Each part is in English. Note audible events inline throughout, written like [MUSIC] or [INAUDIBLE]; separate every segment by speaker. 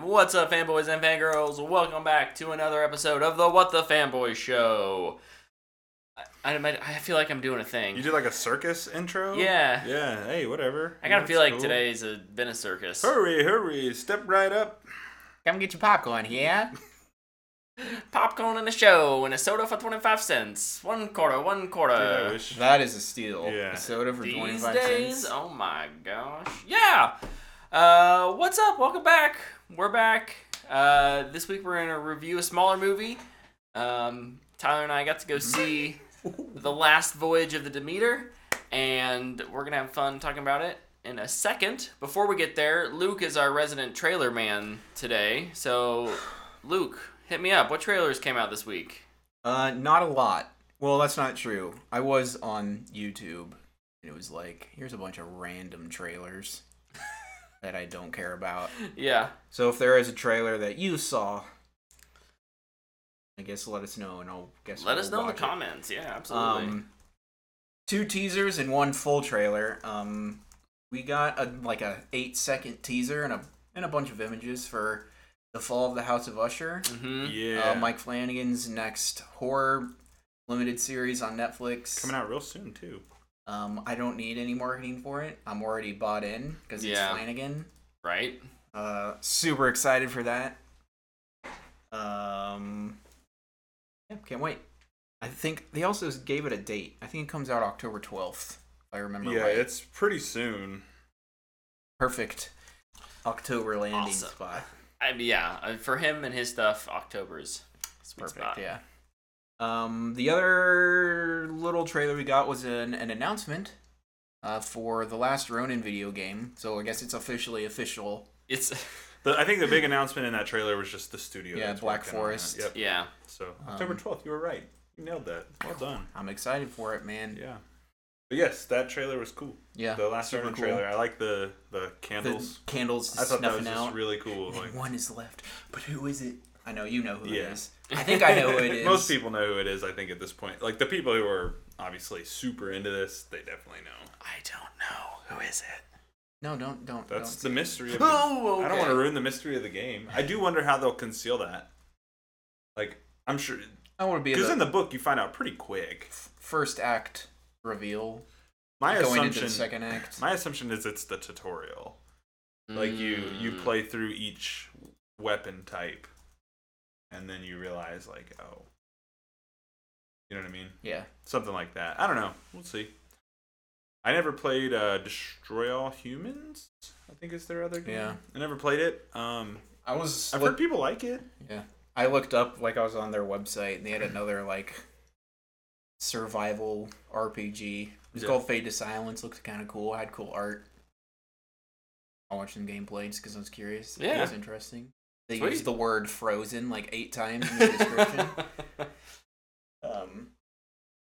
Speaker 1: What's up, fanboys and fangirls? Welcome back to another episode of the What the Fanboy Show. I, I, I feel like I'm doing a thing.
Speaker 2: You did like a circus intro?
Speaker 1: Yeah.
Speaker 2: Yeah, hey, whatever.
Speaker 1: I gotta
Speaker 2: That's
Speaker 1: feel like
Speaker 2: cool.
Speaker 1: today's a, been a circus.
Speaker 2: Hurry, hurry, step right up.
Speaker 3: Come get your popcorn here.
Speaker 1: [LAUGHS] Popcorn in the show and a soda for 25 cents. One quarter, one
Speaker 2: Dude, I
Speaker 1: quarter.
Speaker 2: wish-
Speaker 3: That is a steal.
Speaker 2: Yeah.
Speaker 3: A soda for
Speaker 1: These
Speaker 3: 25
Speaker 1: days,
Speaker 3: cents.
Speaker 1: oh my gosh. Yeah! Uh, what's up? Welcome back. We're back. Uh, this week we're gonna review a smaller movie. Um, Tyler and I got to go see The Last Voyage of the Demeter, and we're gonna have fun talking about it in a second. Before we get there, Luke is our resident trailer man today. So, Luke, hit me up. What trailers came out this week?
Speaker 3: Uh, not a lot. Well, that's not true. I was on YouTube, and it was like, here's a bunch of
Speaker 1: [LAUGHS]
Speaker 3: random trailers that I don't care about.
Speaker 1: Yeah,
Speaker 3: So if there is a trailer that you saw, I guess let us know, and I'll guess.
Speaker 1: let us
Speaker 3: we'll
Speaker 1: know in the
Speaker 3: watch it.
Speaker 1: comments. Yeah, absolutely.
Speaker 3: Um, two teasers and one full trailer. Um, we got a, like a eight second teaser and a and a bunch of images for the fall of the House of Usher,
Speaker 1: hmm
Speaker 2: Yeah.
Speaker 3: uh, Mike Flanagan's next horror limited series on Netflix.
Speaker 2: Coming out real soon, too.
Speaker 3: Um, I don't need any marketing for it. I'm already bought in because it's
Speaker 1: Yeah.
Speaker 3: Flanagan.
Speaker 1: Right?
Speaker 3: Uh, super excited for that. Um, yeah, can't wait. I think they also gave it a date. I think it comes out October twelfth. If I remember
Speaker 2: Yeah,
Speaker 3: right.
Speaker 2: it's pretty soon.
Speaker 3: perfect. October landing
Speaker 1: Awesome.
Speaker 3: spot.
Speaker 1: I, yeah, uh, for him and his stuff, October's it's
Speaker 3: Perfect. Yeah. Um, the other little trailer we got was an, an announcement uh, for the last Ronin video game. So I guess it's officially official.
Speaker 1: It's [LAUGHS]
Speaker 2: The, I think the big announcement in that trailer was just the studio.
Speaker 3: Yeah,
Speaker 2: that's
Speaker 3: Black
Speaker 2: working on it.
Speaker 3: Forest.
Speaker 2: Yep.
Speaker 1: yeah.
Speaker 2: So, October
Speaker 3: Um,
Speaker 2: 12th, you were right. You nailed that. Well done.
Speaker 3: I'm excited for it, man.
Speaker 2: Yeah. But yes, that trailer was cool.
Speaker 3: Yeah.
Speaker 2: the last
Speaker 3: super
Speaker 2: Ronin
Speaker 3: cool.
Speaker 2: trailer. I like the, the
Speaker 3: The
Speaker 2: candles.
Speaker 3: candles
Speaker 2: I thought that was
Speaker 3: snuffing
Speaker 2: just
Speaker 3: out.
Speaker 2: really cool.
Speaker 3: And then
Speaker 2: Like,
Speaker 3: one is left. But who is it? I know you know who
Speaker 2: Yeah.
Speaker 3: it is. I think I know who it
Speaker 2: [LAUGHS]
Speaker 3: is.
Speaker 2: Most people know who it is, I think, at this point. Like, the people who are obviously super into this, they definitely know.
Speaker 1: I don't know. Who is it?
Speaker 3: No, don't don't.
Speaker 2: That's the
Speaker 3: don't say [LAUGHS]
Speaker 2: mystery of the
Speaker 1: Oh,
Speaker 2: I don't want to
Speaker 1: okay.
Speaker 2: ruin the mystery of the game. I do wonder how they'll conceal that. Like, I'm sure.
Speaker 3: it. I want to be
Speaker 2: Because
Speaker 3: the
Speaker 2: in the book, you find out pretty quick.
Speaker 3: first act reveal
Speaker 2: My
Speaker 3: going
Speaker 2: assumption.
Speaker 3: into the second act.
Speaker 2: My assumption is it's the tutorial. Like you, you
Speaker 1: [LAUGHS] Mm.
Speaker 2: play through each weapon type, and then you realize like, oh, you know what I mean?
Speaker 3: Yeah.
Speaker 2: Something like that. I don't know. We'll see. I never played uh, Destroy All Humans. I think is their other game.
Speaker 3: Yeah.
Speaker 2: I never played it. Um,
Speaker 3: I was
Speaker 2: I've
Speaker 3: look-
Speaker 2: heard people like it.
Speaker 3: yeah. I looked up like I was on their website and they had another like survival RPG. It was
Speaker 2: Yeah.
Speaker 3: called Fade to Silence. Looked kind of cool. Had cool art. I watched some gameplay just because I was curious. It
Speaker 1: Yeah.
Speaker 3: was interesting. They
Speaker 1: Sweet.
Speaker 3: used the word frozen like eight times in the description.
Speaker 1: [LAUGHS]
Speaker 3: um,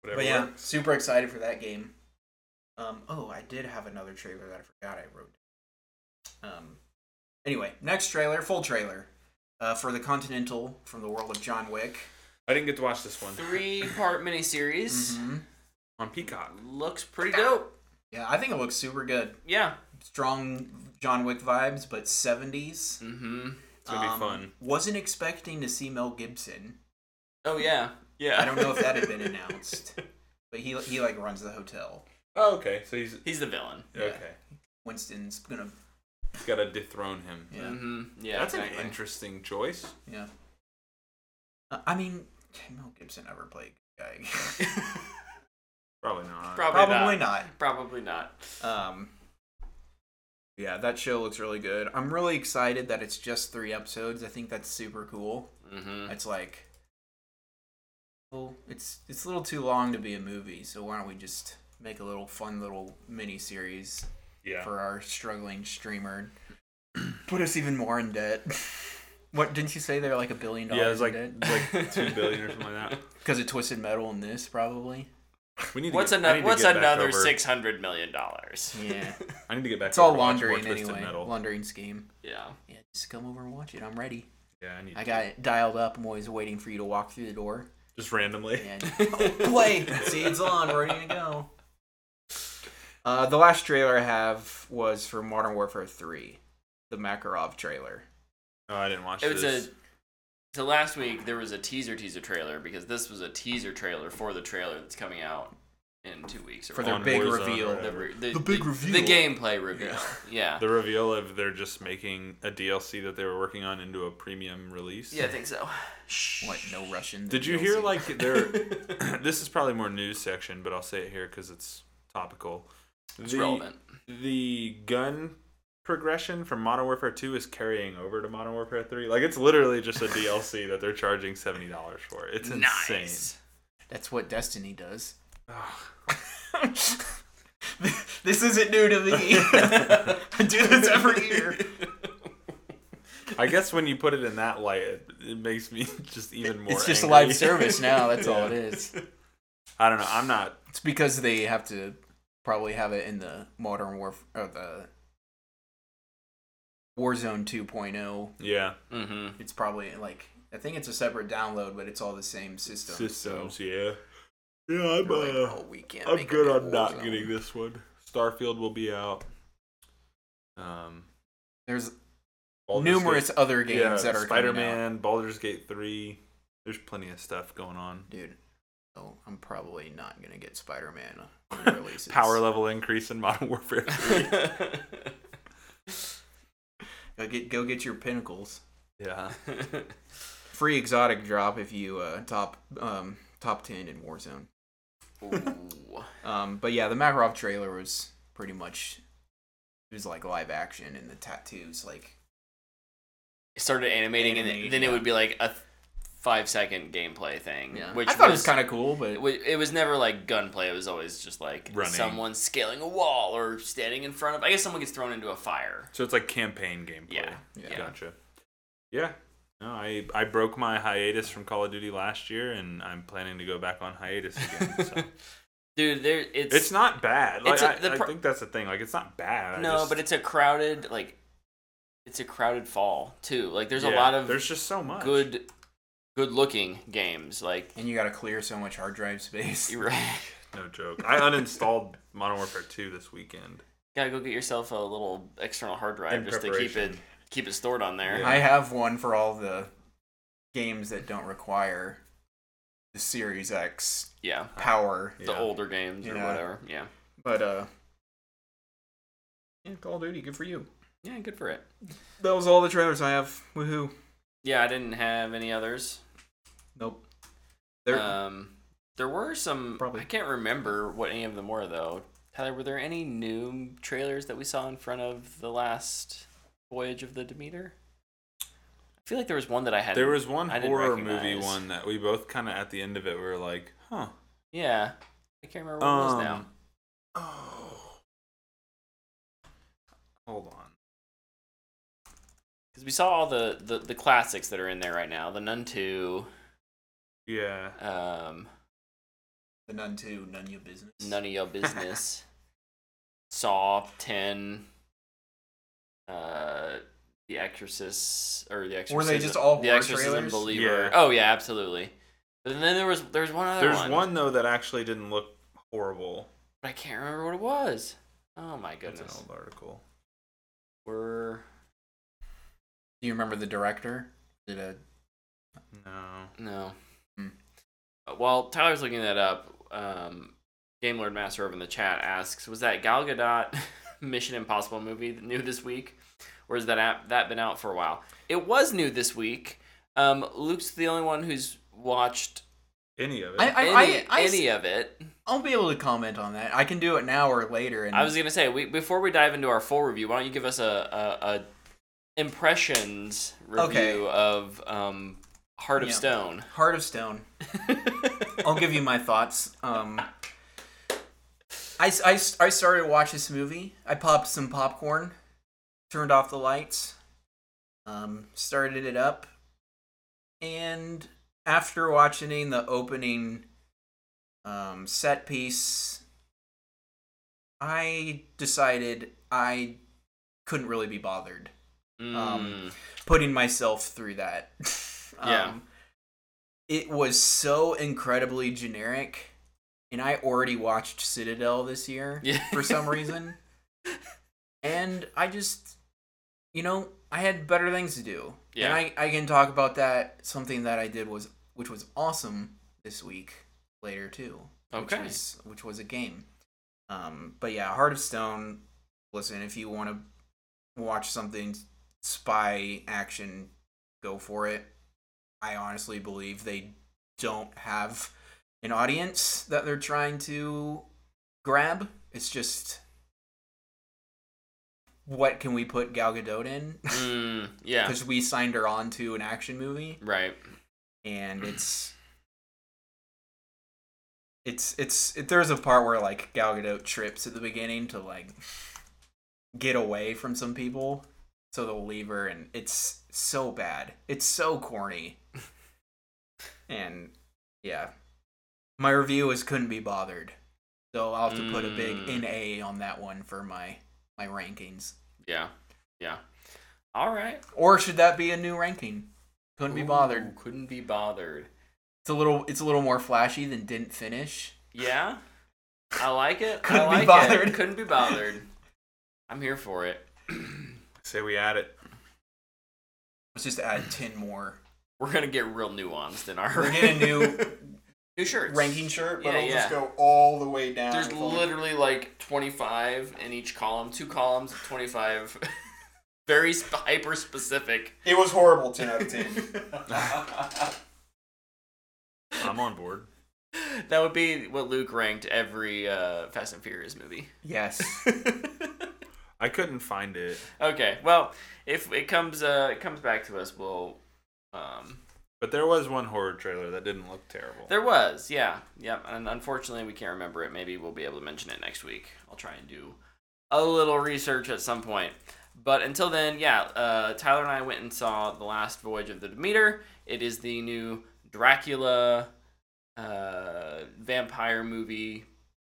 Speaker 2: Whatever.
Speaker 3: but yeah,
Speaker 2: works.
Speaker 3: super excited for that game. Um, oh, I did have another trailer that I forgot I wrote. Um, anyway, next trailer, full trailer, uh, for the Continental from the world of John Wick.
Speaker 2: I didn't get to watch this one
Speaker 1: Three part miniseries.
Speaker 3: Mhm.
Speaker 2: on Peacock.
Speaker 1: Looks pretty dope.
Speaker 3: Yeah, I think it looks super good.
Speaker 1: Yeah.
Speaker 3: Strong John Wick vibes, but seventies. Um,
Speaker 1: Mm-hmm.
Speaker 2: It's gonna be fun.
Speaker 3: Wasn't expecting to see Mel Gibson.
Speaker 1: Oh yeah. Yeah.
Speaker 3: I don't know if that had
Speaker 2: [LAUGHS]
Speaker 3: been announced, but he he like runs the hotel.
Speaker 2: Oh, okay. So he's
Speaker 1: [LAUGHS] He's the villain.
Speaker 3: Yeah.
Speaker 2: okay.
Speaker 3: Winston's gonna
Speaker 2: He's got to dethrone him.
Speaker 3: yeah.
Speaker 1: Mm-hmm. Yeah.
Speaker 2: That's
Speaker 1: exactly.
Speaker 2: an interesting choice.
Speaker 3: Yeah. Uh, I mean, can Mel Gibson ever play a good guy? again?
Speaker 2: [LAUGHS] Probably not.
Speaker 1: Probably,
Speaker 3: Probably [LAUGHS]
Speaker 1: not.
Speaker 3: not.
Speaker 1: Probably not.
Speaker 3: Um. Yeah, that show looks really good. I'm really excited that it's just three episodes. I think that's super cool.
Speaker 2: Mm.
Speaker 1: Mm-hmm.
Speaker 3: It's like, well, it's it's a little too long to be a movie, so why don't we just make a little fun little mini series
Speaker 2: yeah.
Speaker 3: for our struggling streamer? [CLEARS THROAT] Put us even more in debt. [LAUGHS] what didn't you say they're like a billion dollars?
Speaker 2: yeah, it's like
Speaker 3: in debt?
Speaker 2: like two billion or something like
Speaker 3: Because of Twisted Metal and
Speaker 2: [LAUGHS]
Speaker 3: this, probably.
Speaker 2: that. We need.
Speaker 1: What's
Speaker 2: to get, I need
Speaker 1: another?
Speaker 2: to
Speaker 1: What's
Speaker 2: get back
Speaker 1: another
Speaker 2: over-
Speaker 1: six hundred million dollars?
Speaker 3: Yeah.
Speaker 2: I need to get back.
Speaker 3: It's all
Speaker 2: over and watch more
Speaker 3: laundering
Speaker 2: Twisted
Speaker 3: anyway.
Speaker 2: Metal.
Speaker 3: Laundering scheme.
Speaker 1: [LAUGHS] Yeah.
Speaker 3: Yeah, just come over and watch it. I'm ready.
Speaker 2: Yeah, I need.
Speaker 3: I got it dialed up. I'm always waiting for you to walk through the door.
Speaker 2: just randomly.
Speaker 3: And
Speaker 2: [LAUGHS]
Speaker 3: play. See, it's on. Ready to go. Uh, the last trailer I have was for Modern Warfare 3, the Makarov trailer.
Speaker 2: No, Oh, I didn't watch
Speaker 1: It was
Speaker 2: this.
Speaker 1: a. So last week there was a teaser teaser trailer because this was a teaser trailer for the trailer that's coming out in two weeks or
Speaker 3: For their
Speaker 2: On
Speaker 3: big
Speaker 2: Warzone or
Speaker 3: reveal.
Speaker 1: the,
Speaker 2: whatever.
Speaker 1: re- the,
Speaker 3: The big
Speaker 1: the-
Speaker 3: reveal.
Speaker 1: the gameplay reveal. Yeah.
Speaker 2: The reveal of they're just making a DLC that they were working on into a premium release.
Speaker 1: Yeah, I think so.
Speaker 3: What? No Russian.
Speaker 2: Did you hear
Speaker 3: DLC?
Speaker 2: like
Speaker 1: [LAUGHS]
Speaker 2: they're? [LAUGHS] this is probably more news section, but I'll say it here because it's topical.
Speaker 1: It's
Speaker 2: the,
Speaker 1: relevant.
Speaker 2: The gun progression from Modern Warfare Two is carrying over to Modern Warfare Three. Like it's literally just a DLC that they're charging seventy dollars for. It's insane.
Speaker 1: Nice.
Speaker 3: That's what Destiny does. [LAUGHS]
Speaker 2: Ugh.
Speaker 3: this isn't new to [LAUGHS] me. I do this every year.
Speaker 2: I guess when you put it in that light, it, it makes me [LAUGHS] just even more.
Speaker 3: it's just
Speaker 2: angry.
Speaker 3: a live service
Speaker 2: [LAUGHS]
Speaker 3: now. That's all it
Speaker 2: Yeah.
Speaker 3: is.
Speaker 2: I don't know. I'm not.
Speaker 3: It's because they have to probably have it in the modern war or the Warzone 2.0.
Speaker 2: Yeah.
Speaker 1: Mm-hmm. [LAUGHS]
Speaker 3: [LAUGHS] It's probably like I think it's a separate download, but it's all the same system.
Speaker 2: Systems.
Speaker 3: So
Speaker 2: Yeah. Yeah. I'm.
Speaker 3: they're like,
Speaker 2: Uh,
Speaker 3: oh, we can't
Speaker 2: I'm
Speaker 3: make a
Speaker 2: good
Speaker 3: good
Speaker 2: on not
Speaker 3: Warzone."
Speaker 2: getting this one. Starfield will be out. Um,
Speaker 3: There's
Speaker 2: Baldur's
Speaker 3: numerous other
Speaker 2: Gate-
Speaker 3: games that are Spider Man.
Speaker 2: Spider-Man, Baldur's Gate Three. There's plenty of stuff going on.
Speaker 3: Dude, oh, I'm probably not gonna get Spider Man releases.
Speaker 2: [LAUGHS] Power level increase in [LAUGHS] Modern Warfare.
Speaker 3: Go get go get your pinnacles.
Speaker 2: yeah.
Speaker 3: Free exotic drop if you uh, top um, top ten in Warzone.
Speaker 1: Ooh.
Speaker 3: Um, but yeah, the Makarov trailer was pretty much it was like live action and the tattoos like
Speaker 1: It started animating, and
Speaker 3: Animated,
Speaker 1: then
Speaker 3: yeah.
Speaker 1: it would be like a five second gameplay thing. Which
Speaker 3: I thought
Speaker 1: was
Speaker 3: it was kind of cool, but
Speaker 1: It wa- it was never like gunplay. It was always just like
Speaker 2: Running.
Speaker 1: someone scaling a wall or standing in front of. I guess someone gets thrown into a fire.
Speaker 2: So it's like campaign gameplay.
Speaker 1: Yeah,
Speaker 3: yeah.
Speaker 2: Gotcha. Yeah. No, I I broke my hiatus from Call of Duty last year, and I'm planning to go back on hiatus again. So.
Speaker 1: Dude, there [LAUGHS] it's,
Speaker 2: it's not bad. Like,
Speaker 1: It's a-
Speaker 2: I-
Speaker 1: the
Speaker 2: I
Speaker 1: pro-
Speaker 2: think that's the thing. Like it's not bad. I
Speaker 1: no,
Speaker 2: just-
Speaker 1: but it's a crowded like it's a crowded fall too. Like there's a
Speaker 2: yeah,
Speaker 1: lot of
Speaker 2: there's just so much
Speaker 1: good good looking games. Like
Speaker 3: and you gotta clear so much hard drive
Speaker 1: [LAUGHS]
Speaker 2: [LAUGHS]
Speaker 3: space.
Speaker 1: you re-
Speaker 2: No joke. I uninstalled Modern Warfare 2 this weekend.
Speaker 1: gotta go get yourself a little external hard drive
Speaker 2: In
Speaker 1: just to keep it
Speaker 2: preparation.
Speaker 1: keep it stored on there.
Speaker 2: Yeah.
Speaker 3: I have one for all the games that don't require the Series X
Speaker 1: Yeah,
Speaker 3: power,
Speaker 1: the
Speaker 2: Yeah.
Speaker 1: older games or
Speaker 3: Yeah.
Speaker 1: whatever. Yeah,
Speaker 3: but uh, yeah, Call of Duty, good for you.
Speaker 1: yeah, good for it.
Speaker 3: That was all the trailers I have. Woohoo!
Speaker 1: Yeah, I didn't have any others.
Speaker 3: Nope. There,
Speaker 1: um, there were some.
Speaker 3: Probably.
Speaker 1: I can't remember what any of them were though. Tyler, were there any new trailers that we saw in front of the last voyage of the Demeter? I feel like there was one that I had.
Speaker 2: There was one
Speaker 1: I didn't
Speaker 2: horror movie
Speaker 1: recognize.
Speaker 2: one that we both kind of at the end of it we were like, huh.
Speaker 1: Yeah, I can't remember what it was now.
Speaker 2: Um, oh. Hold on.
Speaker 1: Because we saw all the, the the classics that are in there right now. The Nun Two,
Speaker 2: Yeah.
Speaker 1: um,
Speaker 3: the Nun Two, None Your Business.
Speaker 1: None of Your Business,
Speaker 3: [LAUGHS]
Speaker 1: Saw Ten, uh, The Exorcist or The Exorcist.
Speaker 3: Were they just all
Speaker 1: The
Speaker 3: horror
Speaker 1: Exorcism
Speaker 3: trailers?
Speaker 1: Believer.
Speaker 2: Yeah.
Speaker 1: Oh yeah, absolutely. But then there was there's one other
Speaker 2: There's
Speaker 1: one,
Speaker 2: one though that actually didn't look horrible.
Speaker 1: but I can't remember what it was. Oh my
Speaker 2: It's an
Speaker 1: goodness.
Speaker 2: old article.
Speaker 1: We're
Speaker 3: Do you remember the director? Did a
Speaker 2: No.
Speaker 1: no.
Speaker 3: Hmm.
Speaker 1: Uh, While Tyler's looking that up, um, Game Lord Master over in the chat asks, "Was that Gal Gadot [LAUGHS] Mission Impossible movie new this week, or has that app, that been out for a while?" It was new this week. Um, Luke's the only one who's watched
Speaker 2: Any of it.
Speaker 3: I, I,
Speaker 1: any,
Speaker 3: I, I,
Speaker 1: any of it.
Speaker 3: I'll be able to comment on that. I can do it now or later. And
Speaker 1: I was gonna say we, before we dive into our full review, why don't you give us a a, a impressions review
Speaker 3: Okay.
Speaker 1: of um, Heart of
Speaker 3: Yeah.
Speaker 1: Stone? [LAUGHS]
Speaker 3: Heart of Stone. I'll give you my thoughts. Um, I, s- I s- I started to watch this movie. I popped some popcorn, turned off the lights, um, started it up, and after watching the opening um, set piece, I decided I couldn't really be bothered
Speaker 1: Hmm.
Speaker 3: Um, putting myself through that. [LAUGHS] Um,
Speaker 1: Yeah.
Speaker 3: It was so incredibly generic, and I already watched Citadel this year
Speaker 1: Yeah. [LAUGHS]
Speaker 3: for some reason. and I just, you know, I had better things to do.
Speaker 1: Yeah.
Speaker 3: And I, I can talk about that. Something that I did was, which was awesome this week later too.
Speaker 1: Okay.
Speaker 3: Which was, which was a game. Um, but yeah, Heart of Stone. Listen, if you want to watch something spy action, go for it. I honestly believe they don't have an audience that they're trying to grab. It's just what can we put Gal Gadot in?
Speaker 1: Mm, yeah.
Speaker 3: Because we signed her on to an action movie,
Speaker 1: Right. Mm.
Speaker 3: and it's it's it's it, there's a part where like Gal Gadot trips at the beginning to like get away from some people, so they'll leave her, and it's so bad. It's
Speaker 1: [LAUGHS]
Speaker 3: so corny, and yeah, my review is couldn't be bothered. So I'll have to put a
Speaker 1: Mm.
Speaker 3: big NA on that one for my my rankings.
Speaker 1: Yeah. Yeah. All right.
Speaker 3: Or should that be a new ranking? Couldn't be bothered.
Speaker 1: Ooh, Couldn't be bothered.
Speaker 3: It's a little it's a little more flashy than didn't finish.
Speaker 1: Yeah. I like it.
Speaker 3: Couldn't
Speaker 1: I
Speaker 3: be
Speaker 1: like it.
Speaker 3: bothered.
Speaker 1: Couldn't be bothered. I'm here for it.
Speaker 2: Say we add it.
Speaker 3: Let's just add ten more.
Speaker 1: We're gonna get real nuanced in our
Speaker 3: We're getting new
Speaker 1: [LAUGHS] new shirts.
Speaker 3: ranking shirt, but
Speaker 1: Yeah,
Speaker 3: it'll
Speaker 1: yeah.
Speaker 3: just go all the way down.
Speaker 1: There's
Speaker 3: It's all-
Speaker 1: literally like 25 in each column, two columns, of 25. [LAUGHS] Very sp- hyper specific.
Speaker 3: it was horrible ten out of ten.
Speaker 2: I'm on board.
Speaker 1: [LAUGHS] That would be what Luke ranked every uh, Fast and Furious
Speaker 3: [LAUGHS]
Speaker 1: movie.
Speaker 3: yes.
Speaker 2: I couldn't find it,
Speaker 1: Okay, well, if it comes, uh, it comes back to us. We'll. Um,
Speaker 2: but there was one horror trailer that didn't look terrible.
Speaker 1: there was, yeah, yep. And unfortunately, we can't remember it. Maybe we'll be able to mention it next week. I'll try and do a little research at some point. But until then, yeah, uh, Tyler and I went and saw The Last Voyage of the Demeter. It is the new Dracula uh, vampire movie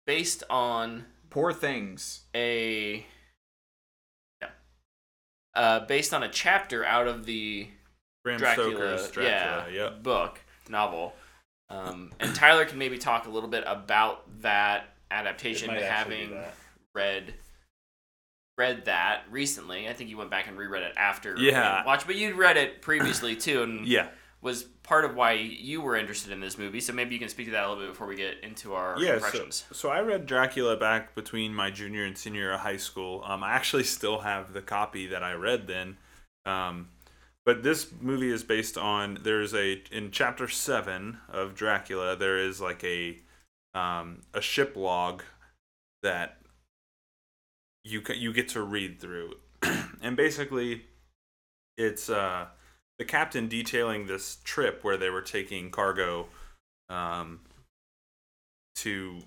Speaker 1: based on
Speaker 3: Poor things.
Speaker 1: a yeah, uh, based on a chapter out of the
Speaker 2: Bram
Speaker 1: Dracula,
Speaker 2: Stoker's Dracula.
Speaker 1: yeah,
Speaker 2: Yep.
Speaker 1: book novel. Um, and Tyler can maybe talk a little bit about that adaptation, having read read that recently. I think you went back and reread it after
Speaker 2: Yeah.
Speaker 1: you watched, but you'd read it previously
Speaker 2: [COUGHS]
Speaker 1: too, and
Speaker 2: Yeah.
Speaker 1: was part of why you were interested in this movie. So maybe you can speak to that a little bit before we get into our
Speaker 2: Yeah, so,
Speaker 1: impressions.
Speaker 2: so I read Dracula back between my junior and senior year of high school. Um, I actually [LAUGHS] still have the copy that I read then. Um, but this movie is based on there's a in chapter seven of Dracula there is like a um, a ship log that you ca- you get to read through, [CLEARS THROAT] and basically it's uh, the captain detailing this trip where they were taking cargo. Um, to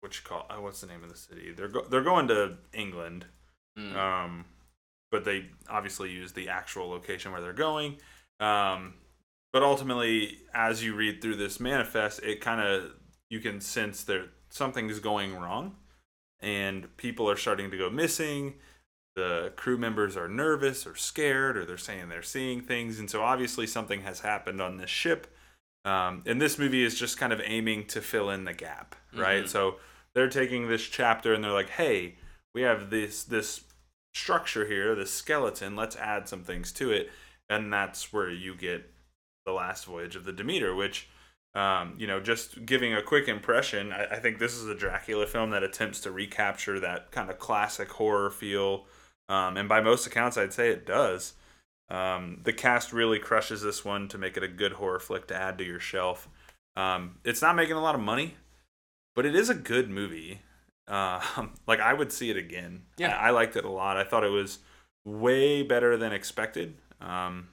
Speaker 2: what you call uh, what's the name of the city? They're go- they're going to England,
Speaker 1: Mm.
Speaker 2: um, but they obviously use the actual location where they're going. Um, but ultimately, as you read through this manifest, it kind of you can sense that something is going wrong, and people are starting to go missing. The crew members are nervous or scared, or they're saying they're seeing things, and so obviously something has happened on this ship. Um, and this movie is just kind of aiming to fill in the gap, right?
Speaker 1: Mhm.
Speaker 2: So they're taking this chapter and they're like, "Hey, we have this this structure here, this skeleton. Let's add some things to it, and that's where you get the last voyage of the Demeter, which. Um, you know, just giving a quick impression, I, I think this is a Dracula film that attempts to recapture that kind of classic horror feel. Um, and by most accounts, I'd say it does. Um, the cast really crushes this one to make it a good horror flick to add to your shelf. Um, it's not making a lot of money, but it is a good movie. Um, [LAUGHS] like I would see it again.
Speaker 1: Yeah.
Speaker 2: I, I liked it a lot. I thought it was way better than expected. Um,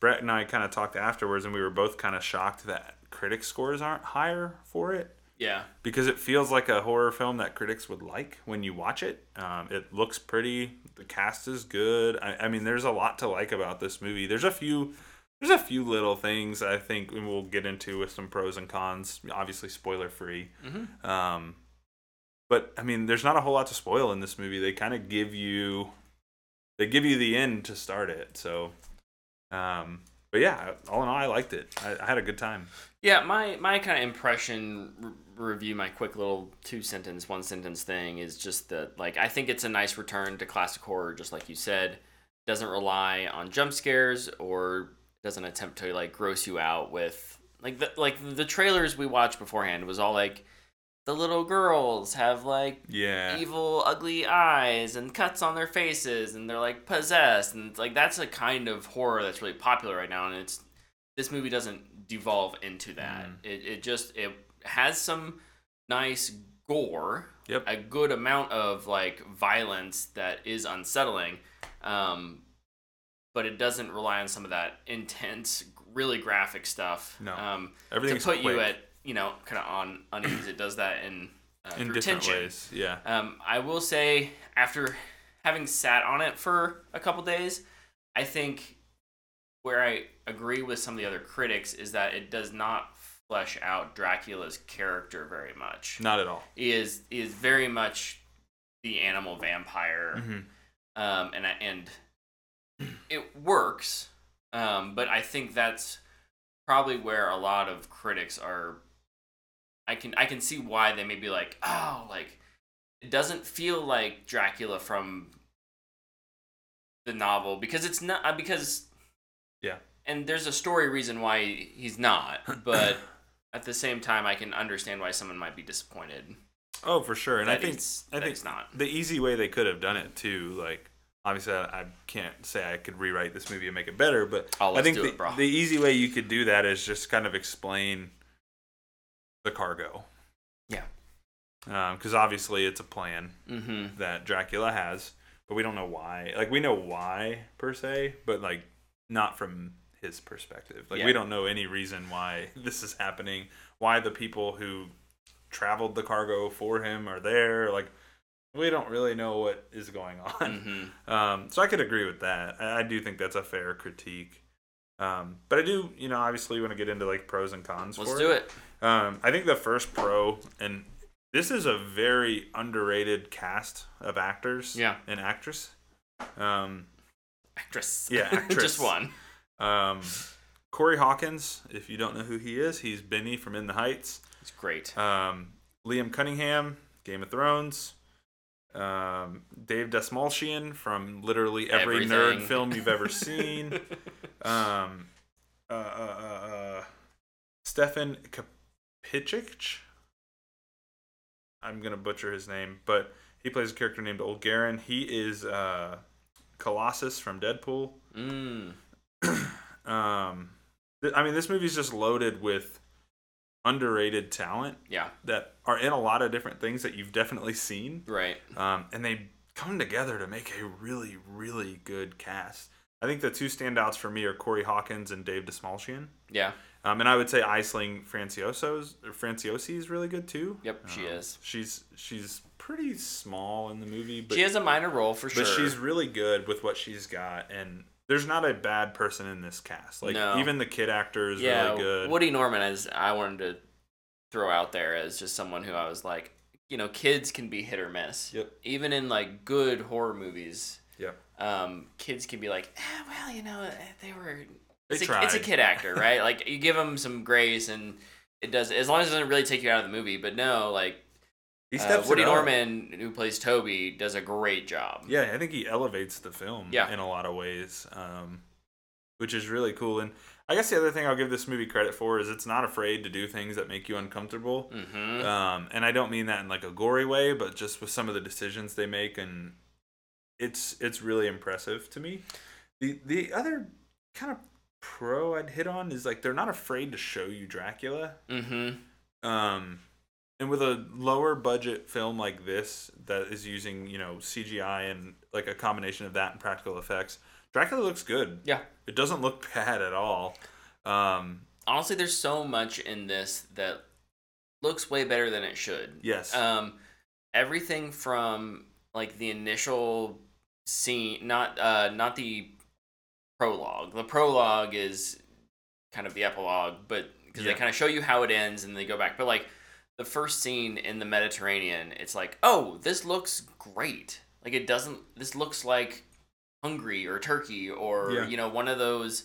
Speaker 2: Brett and I kind of talked afterwards, and we were both kind of shocked that critic scores aren't higher for it
Speaker 1: Yeah.
Speaker 2: because it feels like a horror film that critics would like when you watch it. Um, it looks pretty. The cast is good. I, I mean, there's a lot to like about this movie. There's a few, there's a few little things I think we will get into with some pros and cons. Obviously, spoiler free.
Speaker 1: hmm
Speaker 2: Um, but I mean, there's not a whole lot to spoil in this movie. They kind of give you, they give you the end to start it. So, um, but yeah, all in all, I liked it. I, I had a good time.
Speaker 1: Yeah, my my kind of impression r- review, my quick little two sentence, one sentence thing is just that like I think it's a nice return to classic horror, just like you said. doesn't rely on jump scares or doesn't attempt to like gross you out with like the like the trailers we watched beforehand was all like the little girls have like
Speaker 2: Yeah.
Speaker 1: evil ugly eyes and cuts on their faces and they're like possessed and it's like that's a kind of horror that's really popular right now and it's this movie doesn't devolve into that
Speaker 2: Mm.
Speaker 1: it, it just it has some nice gore
Speaker 2: Yep.
Speaker 1: a good amount of like violence that is unsettling um but it doesn't rely on some of that intense really graphic stuff
Speaker 2: No.
Speaker 1: um to
Speaker 2: Everything's
Speaker 1: put you
Speaker 2: quick
Speaker 1: at you know kind of on unease it does that in uh,
Speaker 2: in
Speaker 1: through
Speaker 2: different
Speaker 1: tension.
Speaker 2: ways. Yeah.
Speaker 1: Um, I will say, after having sat on it for a couple days, I think where I agree with some of the other critics is that it does not flesh out Dracula's character very much.
Speaker 2: Not at all.
Speaker 1: He is he is very much the animal vampire,
Speaker 2: hmm
Speaker 1: um, and I- and it works, um, but I think that's probably where a lot of critics are. I can I can see why they may be like, oh, like it doesn't feel like Dracula from the novel because it's not uh, because
Speaker 2: Yeah.
Speaker 1: and there's a story reason why he's
Speaker 2: [LAUGHS]
Speaker 1: not, but at the same time, I can understand why someone might be disappointed.
Speaker 2: Oh, for sure. And I
Speaker 1: that
Speaker 2: think
Speaker 1: it's-
Speaker 2: I
Speaker 1: that
Speaker 2: think
Speaker 1: it's
Speaker 2: [LAUGHS]
Speaker 1: not.
Speaker 2: the easy way they could have done it too. Like obviously, I, I can't say I could rewrite this movie and make it better, but
Speaker 1: Oh,
Speaker 2: I
Speaker 1: let's
Speaker 2: think
Speaker 1: do
Speaker 2: the,
Speaker 1: it, bro.
Speaker 2: the easy way you could do that is just kind of explain the cargo.
Speaker 1: Yeah.
Speaker 2: Because obviously, it's a plan
Speaker 1: Mm-hmm.
Speaker 2: that Dracula has, but we don't know why. Like we know why per se, but like not from his perspective. Like
Speaker 1: Yeah.
Speaker 2: we don't know any reason why [LAUGHS] this is happening, why the people who traveled the cargo for him are there. Like we don't really know what is going [LAUGHS] on.
Speaker 1: Mm-hmm.
Speaker 2: Um, so I could agree with that. I, I do think that's a fair critique. Um, but I do, you know, obviously want to get into like pros and cons.
Speaker 1: Let's
Speaker 2: for
Speaker 1: do it.
Speaker 2: um, I think the first pro, and this is a very underrated cast of actors
Speaker 1: Yeah.
Speaker 2: and actress. Um,
Speaker 1: Actress.
Speaker 2: Yeah,
Speaker 1: [LAUGHS]
Speaker 2: actress.
Speaker 1: Just one.
Speaker 2: um, Corey Hawkins, if you don't know who he is, he's Benny from In the Heights.
Speaker 1: It's great.
Speaker 2: Um, Liam Cunningham, Game of Thrones. Um, Dave Desmalchian from literally every nerd
Speaker 1: Everything.
Speaker 2: film
Speaker 1: [LAUGHS]
Speaker 2: you've ever seen. um, uh, uh, uh, uh, Stefan Kapicic. I'm gonna butcher his name, but he plays a character named Old Garen. He is uh, Colossus from Deadpool.
Speaker 1: Mm.
Speaker 2: Um, th- I mean, this movie's just loaded with underrated talent
Speaker 1: Yeah.
Speaker 2: that are in a lot of different things that you've definitely seen,
Speaker 1: Right.
Speaker 2: um, and they come together to make a really, really good cast. I think the two standouts for me are Corey Hawkins and Dave Desmalchian.
Speaker 1: Yeah.
Speaker 2: Um, and I would say Isling Francioso's or Franciosi is really good too.
Speaker 1: Yep, she
Speaker 2: Um,
Speaker 1: is.
Speaker 2: She's she's pretty small in the movie, but
Speaker 1: she has a minor role for sure.
Speaker 2: but she's really good with what she's got, and there's not a bad person in this cast. Like
Speaker 1: No.
Speaker 2: even the kid actor is
Speaker 1: yeah.
Speaker 2: really good.
Speaker 1: Woody Norman is I wanted to throw out there as just someone who I was like, you know, kids can be hit or miss.
Speaker 2: Yep.
Speaker 1: Even in like good horror movies,
Speaker 2: yeah,
Speaker 1: um, kids can be like, ah, well, you know, eh, they were.
Speaker 2: They
Speaker 1: it's, a, it's a
Speaker 2: tried.
Speaker 1: kid actor,
Speaker 2: [LAUGHS]
Speaker 1: right? like you give them some grace, and it does as long as it doesn't really take you out of the movie. But no, like
Speaker 2: he
Speaker 1: uh,
Speaker 2: steps it
Speaker 1: Woody
Speaker 2: up.
Speaker 1: Norman, who plays Toby, does a great job.
Speaker 2: Yeah, I think he elevates the film
Speaker 1: Yeah.
Speaker 2: in a lot of ways, um, which is really cool. And I guess the other thing I'll give this movie credit for is it's not afraid to do things that make you uncomfortable.
Speaker 1: Mm-hmm.
Speaker 2: [LAUGHS] Um, and I don't mean that in like a gory way, but just with some of the decisions they make, and it's it's really impressive to me. The the other kind of pro I'd hit on is like they're not afraid to show you Dracula.
Speaker 1: Mm-hmm.
Speaker 2: Um, and with a lower budget film like this that is using you know CGI and like a combination of that and practical effects, Dracula looks good.
Speaker 1: Yeah.
Speaker 2: It doesn't look bad at all. Um,
Speaker 1: honestly there's so much in this that looks way better than it should
Speaker 2: yes.
Speaker 1: um everything from like the initial scene not uh not the prologue the prologue is kind of the epilogue but because
Speaker 2: Yeah.
Speaker 1: they kind of show you how it ends and they go back but like the first scene in the mediterranean it's like oh this looks great like it doesn't this looks like hungary or turkey or
Speaker 2: Yeah.
Speaker 1: you know one of those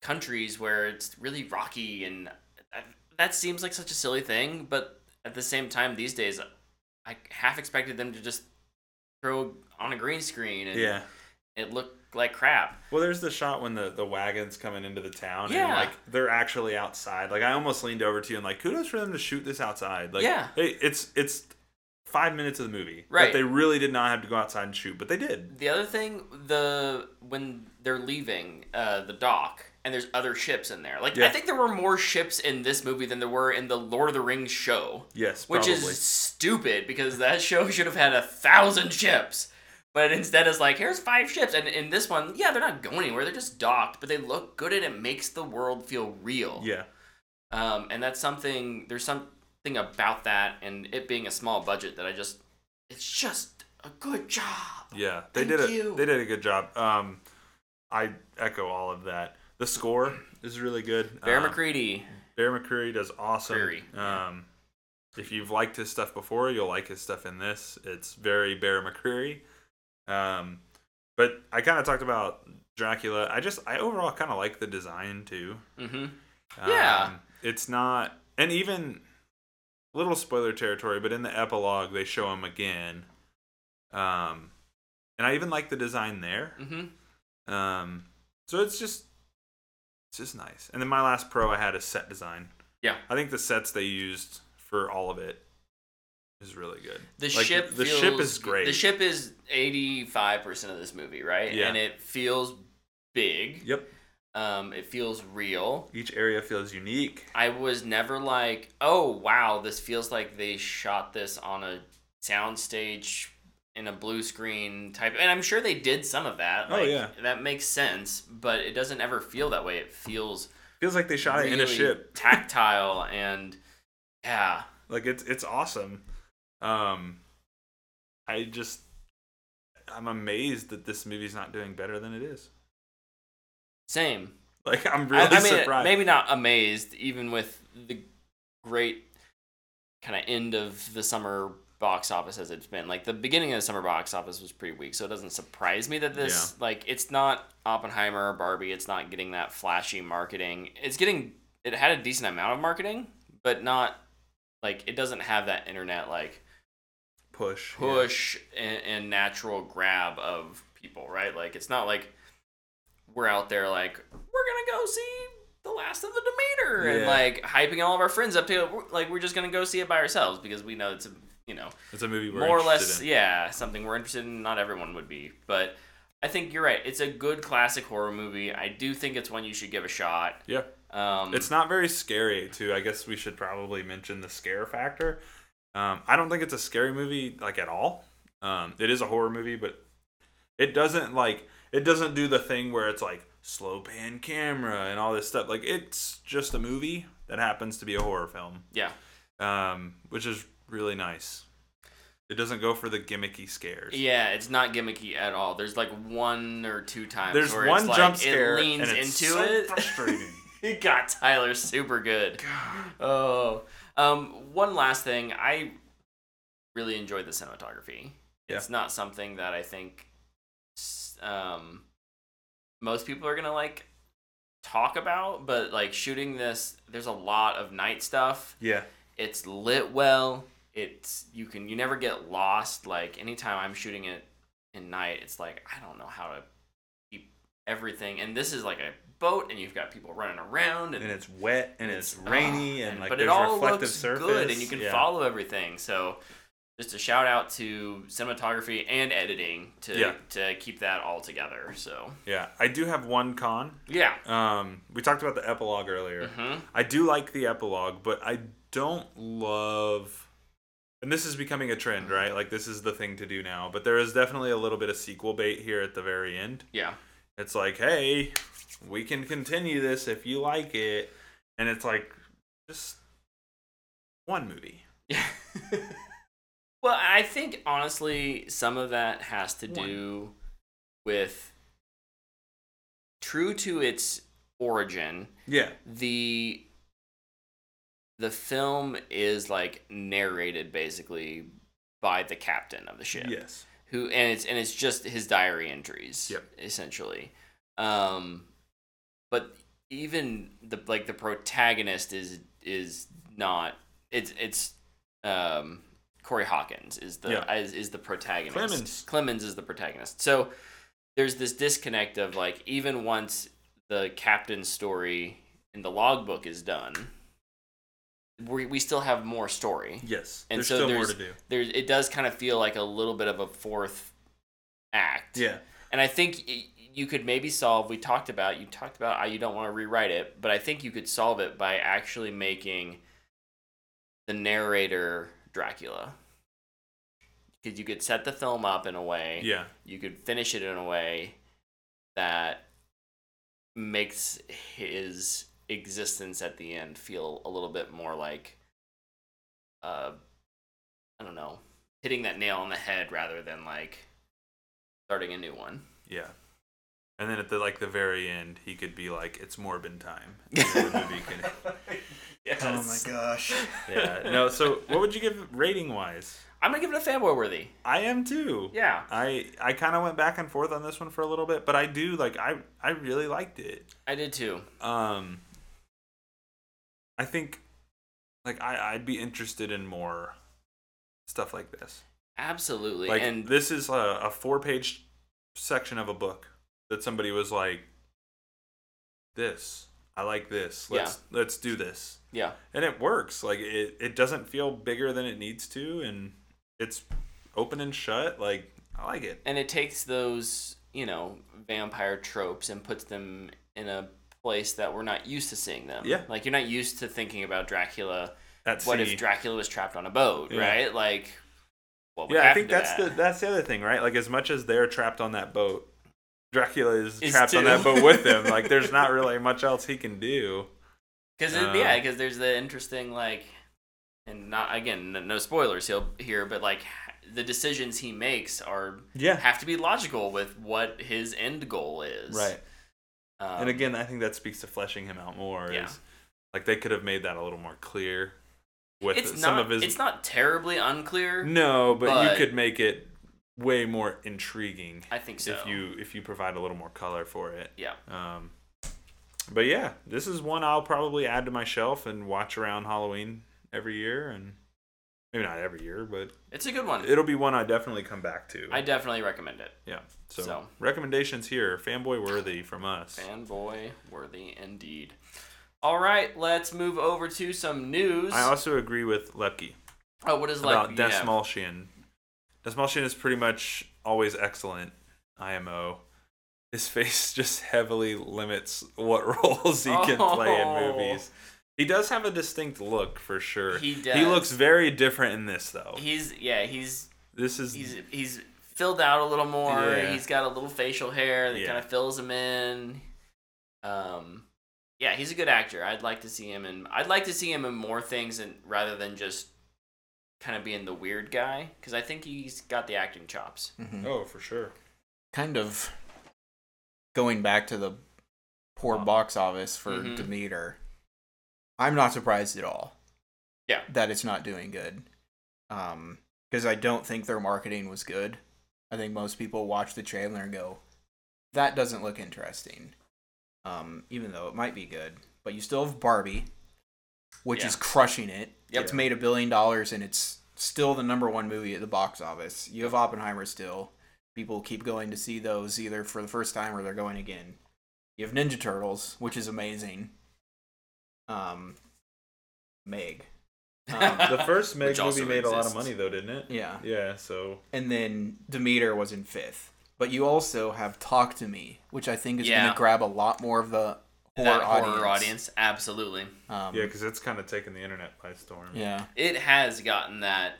Speaker 1: countries where it's really rocky and I- that seems like such a silly thing but at the same time these days i half expected them to just throw on a green screen and
Speaker 2: yeah.
Speaker 1: It looked like crap.
Speaker 2: Well, there's the shot when the, the wagon's coming into the town and
Speaker 1: Yeah.
Speaker 2: like they're actually outside. Like I almost leaned over to you and like kudos for them to shoot this outside. Like
Speaker 1: Yeah.
Speaker 2: they- it's it's five minutes of the movie. That
Speaker 1: Right.
Speaker 2: they really did not have to go outside and shoot, but they did.
Speaker 1: The other thing, the when they're leaving uh, the dock and there's other ships in there. Like
Speaker 2: Yeah.
Speaker 1: I think there were more ships in this movie than there were in the Lord of the Rings show,
Speaker 2: Yes,
Speaker 1: which
Speaker 2: probably.
Speaker 1: is stupid because that show [LAUGHS] should have had a thousand ships. But instead, it's like here's five ships, and in this one, yeah, they're not going anywhere. They're just docked, but they look good, and it makes the world feel real.
Speaker 2: yeah.
Speaker 1: Um, and that's something. There's something about that, and it being a small budget that I just. It's just a good job.
Speaker 2: Yeah, they
Speaker 1: Thank
Speaker 2: did a
Speaker 1: you.
Speaker 2: they did a good job. Um, I echo all of that. The score is really good.
Speaker 1: Bear
Speaker 2: Um,
Speaker 1: McCready.
Speaker 2: Bear McCreary does awesome.
Speaker 1: Creary, yeah.
Speaker 2: Um, if you've liked his stuff before, you'll like his stuff in this. It's very Bear McCreary. Um, but I kind of talked about Dracula. I just I overall kind of like the design too.
Speaker 1: hmm
Speaker 2: Um,
Speaker 1: Yeah.
Speaker 2: It's not, and even little spoiler territory, but in the epilogue they show him again. Um, and I even like the design there.
Speaker 1: hmm
Speaker 2: Um, so it's just it's just nice. And then my last pro I had is set design.
Speaker 1: Yeah.
Speaker 2: I think the sets they used for all of it is really good.
Speaker 1: The
Speaker 2: Like,
Speaker 1: ship.
Speaker 2: The
Speaker 1: feels,
Speaker 2: ship is great.
Speaker 1: The ship is eighty five percent of this movie, right?
Speaker 2: Yeah.
Speaker 1: And it feels big.
Speaker 2: Yep.
Speaker 1: Um, it feels real.
Speaker 2: Each area feels unique.
Speaker 1: I was never like, oh wow, this feels like they shot this on a soundstage in a blue screen type. And I'm sure they did some of that.
Speaker 2: Oh,
Speaker 1: Like,
Speaker 2: yeah.
Speaker 1: that makes sense. But it doesn't ever feel that way. It feels
Speaker 2: Feels like they shot it in a
Speaker 1: really
Speaker 2: ship.
Speaker 1: tactile and yeah,
Speaker 2: Like it's it's awesome. Um, I just I'm amazed that this movie's not doing better than it is.
Speaker 1: same.
Speaker 2: Like I'm really
Speaker 1: I, I mean,
Speaker 2: surprised.
Speaker 1: maybe not amazed, even with the great kind of end of the summer box office as it's been. Like the beginning of the summer box office was pretty weak, so it doesn't surprise me that this like it's not Oppenheimer or Barbie. It's not getting that flashy marketing. It's getting it had a decent amount of marketing, but not like it doesn't have that internet like
Speaker 2: push. yeah.
Speaker 1: push and, and natural grab of people, right? Like it's not like we're out there like we're gonna go see the last of the Demeter
Speaker 2: Yeah.
Speaker 1: and like hyping all of our friends up to it. We're- Like we're just gonna go see it by ourselves because we know it's a you know
Speaker 2: It's a movie we're
Speaker 1: more or less
Speaker 2: in.
Speaker 1: yeah something we're interested in. Not everyone would be, but I think you're right. It's a good classic horror movie. I do think it's one you should give a shot.
Speaker 2: Yeah.
Speaker 1: Um,
Speaker 2: It's not very scary, too. I guess we should probably mention the scare factor. Um, I don't think it's a scary movie like at all. Um, it is a horror movie, but it doesn't like it doesn't do the thing where it's like slow pan camera and all this stuff. Like it's just a movie that happens to be a horror film,
Speaker 1: yeah.
Speaker 2: um, which is really nice. It doesn't go for the gimmicky scares.
Speaker 1: Yeah, it's not gimmicky at all. There's like one or two times
Speaker 2: There's
Speaker 1: where
Speaker 2: one
Speaker 1: it's like
Speaker 2: jump scare
Speaker 1: it leans
Speaker 2: and it's
Speaker 1: into
Speaker 2: so
Speaker 1: it. [LAUGHS]
Speaker 2: frustrating.
Speaker 1: it got Tyler super good. Oh, um, one last thing. I really enjoyed the cinematography.
Speaker 2: Yeah.
Speaker 1: It's not something that I think s- um, most people are gonna like talk about, but like shooting this, there's a lot of night stuff
Speaker 2: yeah,
Speaker 1: it's lit well it's you can you never get lost like anytime i'm shooting it in night it's like i don't know how to keep everything and this is like a boat and you've got people running around and,
Speaker 2: and it's wet and it's,
Speaker 1: ah,
Speaker 2: rainy and, like
Speaker 1: but
Speaker 2: there's
Speaker 1: it all
Speaker 2: reflective
Speaker 1: looks
Speaker 2: surface.
Speaker 1: good and you can
Speaker 2: Yeah.
Speaker 1: follow everything so just a shout out to cinematography and editing to
Speaker 2: Yeah.
Speaker 1: to keep that all together so
Speaker 2: Yeah, I do have one con.
Speaker 1: yeah
Speaker 2: Um, we talked about the epilogue earlier.
Speaker 1: hmm
Speaker 2: I do like the epilogue, but I don't love. And this is becoming a trend,
Speaker 1: Mm-hmm.
Speaker 2: right? Like this is the thing to do now. But there is definitely a little bit of sequel bait here at the very end.
Speaker 1: yeah
Speaker 2: It's like, hey, we can continue this if you like it, and it's like just one movie.
Speaker 1: Yeah. well, I think honestly, some of that has to do with true to its origin.
Speaker 2: Yeah,
Speaker 1: The the film is like narrated basically by the captain of the ship
Speaker 2: yes,
Speaker 1: who and it's and it's just his diary entries
Speaker 2: Yep.
Speaker 1: essentially um but even the like the protagonist is is not it's it's um Corey Hawkins is the
Speaker 2: Yeah.
Speaker 1: is, is the protagonist
Speaker 2: Clemens.
Speaker 1: Clemens is the protagonist so there's this disconnect of like even once the captain's story in the logbook is done, we we still have more story.
Speaker 2: Yes.
Speaker 1: And
Speaker 2: there's
Speaker 1: so
Speaker 2: still more
Speaker 1: there's-
Speaker 2: to do.
Speaker 1: There it does kind of feel like a little bit of a fourth act.
Speaker 2: Yeah.
Speaker 1: And I think y- you could maybe solve. We talked about you talked about how you don't want to rewrite it, but I think you could solve it by actually making the narrator Dracula. Because you could set the film up in a way,
Speaker 2: Yeah.
Speaker 1: you could finish it in a way that makes his existence at the end feel a little bit more like, uh, I don't know, hitting that nail on the head rather than like starting a new one.
Speaker 2: Yeah. And then at the like the very end, he could be like, "It's Morbin time." And then the movie can-
Speaker 3: Oh my gosh.
Speaker 2: yeah. No. So, what would you give rating wise?
Speaker 1: I'm gonna give it a fanboy worthy.
Speaker 2: I am too.
Speaker 1: Yeah,
Speaker 2: I I kind of went back and forth on this one for a little bit, but I do like I I really liked it.
Speaker 1: I did too.
Speaker 2: Um, I think like I I'd be interested in more stuff like this.
Speaker 1: Absolutely.
Speaker 2: Like
Speaker 1: and
Speaker 2: this is a, a four page section of a book that somebody was like, this I like this. Let's let's do this,
Speaker 1: yeah,
Speaker 2: and it works. Like it it doesn't feel bigger than it needs to, and it's open and shut. Like I like it.
Speaker 1: and it takes those you know vampire tropes and puts them in a place that we're not used to seeing them.
Speaker 2: Yeah.
Speaker 1: like you're not used to thinking about Dracula.
Speaker 2: That's
Speaker 1: What if Dracula was trapped on a boat?
Speaker 2: Yeah.
Speaker 1: Right, like. What would
Speaker 2: yeah, I
Speaker 1: happen
Speaker 2: think
Speaker 1: to
Speaker 2: that's
Speaker 1: that?
Speaker 2: the that's the other thing, right? Like as much as they're trapped on that boat, Dracula is,
Speaker 1: Is
Speaker 2: trapped on
Speaker 1: too.
Speaker 2: that boat with
Speaker 1: [LAUGHS]
Speaker 2: them. Like there's not really much else he can do.
Speaker 1: Because
Speaker 2: Uh,
Speaker 1: it yeah, because there's the interesting like, and not again, n- no spoilers he'll, here, but like h- the decisions he makes are
Speaker 2: Yeah.
Speaker 1: have to be logical with what his end goal is.
Speaker 2: Right.
Speaker 1: Um,
Speaker 2: and again, I think that speaks to fleshing him out more.
Speaker 1: Yeah.
Speaker 2: Is, like they could have made that a little more clear with
Speaker 1: it's
Speaker 2: some
Speaker 1: not
Speaker 2: of his.
Speaker 1: it's not terribly unclear.
Speaker 2: no, but,
Speaker 1: but-
Speaker 2: you could make it way more intriguing
Speaker 1: I think so.
Speaker 2: if you if you provide a little more color for it.
Speaker 1: yeah,
Speaker 2: Um, but yeah, this is one I'll probably add to my shelf and watch around Halloween every year, and maybe not every year, but
Speaker 1: it's a good one.
Speaker 2: it'll be one I definitely come back to.
Speaker 1: I definitely recommend it.
Speaker 2: yeah. So,
Speaker 1: So.
Speaker 2: recommendations here, fanboy worthy from us.
Speaker 1: Fanboy worthy indeed. All right, let's move over to some news.
Speaker 2: I also agree with Lepke
Speaker 1: oh, what is
Speaker 2: about
Speaker 1: like? yeah.
Speaker 2: Desmalchian. Desmalchian is pretty much always excellent. IMO. His [LAUGHS] face just heavily limits what [LAUGHS] roles he can play in
Speaker 1: Oh.
Speaker 2: movies. He does have a distinct look for sure.
Speaker 1: He does.
Speaker 2: He looks very different in this though.
Speaker 1: He's yeah. He's
Speaker 2: this is
Speaker 1: he's he's filled out a little more.
Speaker 2: Yeah.
Speaker 1: He's got a little facial hair that
Speaker 2: Yeah.
Speaker 1: kind of fills him in. Um, yeah, he's a good actor. I'd like to see him in. I'd like to see him in more things, and rather than just kind of being the weird guy, because I think he's got the acting chops.
Speaker 2: oh for
Speaker 1: [LAUGHS]
Speaker 2: sure.
Speaker 3: Mm-hmm. Kind of going back to the poor box office for
Speaker 1: Mhm.
Speaker 3: Demeter. I'm not surprised at all.
Speaker 1: Yeah.
Speaker 3: That it's not doing good. Um, because I don't think their marketing was good. I think most people watch the trailer and go, that doesn't look interesting. Um, even though it might be good. But you still have Barbie, which
Speaker 1: Yeah.
Speaker 3: is crushing it.
Speaker 1: Yep.
Speaker 3: It's made a billion dollars and it's still the number one movie at the box office. You have Oppenheimer still. People keep going to see those either for the first time or they're going again. You have Ninja Turtles, which is amazing. Um,
Speaker 1: [LAUGHS]
Speaker 3: Meg. Um,
Speaker 2: The first Meg
Speaker 1: Which also
Speaker 2: movie made a lot of
Speaker 1: exists.
Speaker 2: money though, didn't it?
Speaker 3: yeah.
Speaker 2: Yeah, so
Speaker 3: And then Demeter was in fifth. But you also have Talk to Me, which I think is going
Speaker 1: Yeah.
Speaker 3: to grab a lot more of the horror
Speaker 1: that
Speaker 3: audience.
Speaker 1: horror audience, absolutely.
Speaker 3: Um,
Speaker 2: yeah, because it's kind of taken the internet by storm.
Speaker 3: yeah.
Speaker 1: It has gotten that.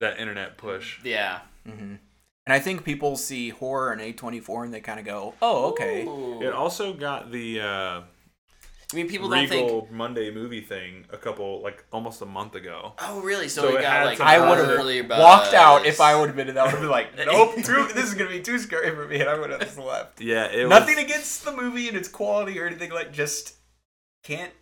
Speaker 2: That internet push.
Speaker 1: Yeah.
Speaker 3: hmm And I think people see horror and A24 and they kind of go, oh, okay.
Speaker 1: Ooh.
Speaker 2: It also got the uh,
Speaker 1: I mean, people don't
Speaker 2: Regal
Speaker 1: think.
Speaker 2: Monday movie thing a couple like almost a month ago.
Speaker 1: Oh, really? So,
Speaker 2: So
Speaker 1: it,
Speaker 2: it
Speaker 1: got
Speaker 2: had
Speaker 1: like
Speaker 2: some
Speaker 3: I would
Speaker 1: early
Speaker 3: have
Speaker 1: buzz.
Speaker 3: walked out if I would have been in that. I would have
Speaker 1: [LAUGHS]
Speaker 3: been like, nope, too, this is going to be too scary for me. And I would have just left.
Speaker 2: Yeah, it
Speaker 3: Nothing against the movie and its quality or anything like just can't,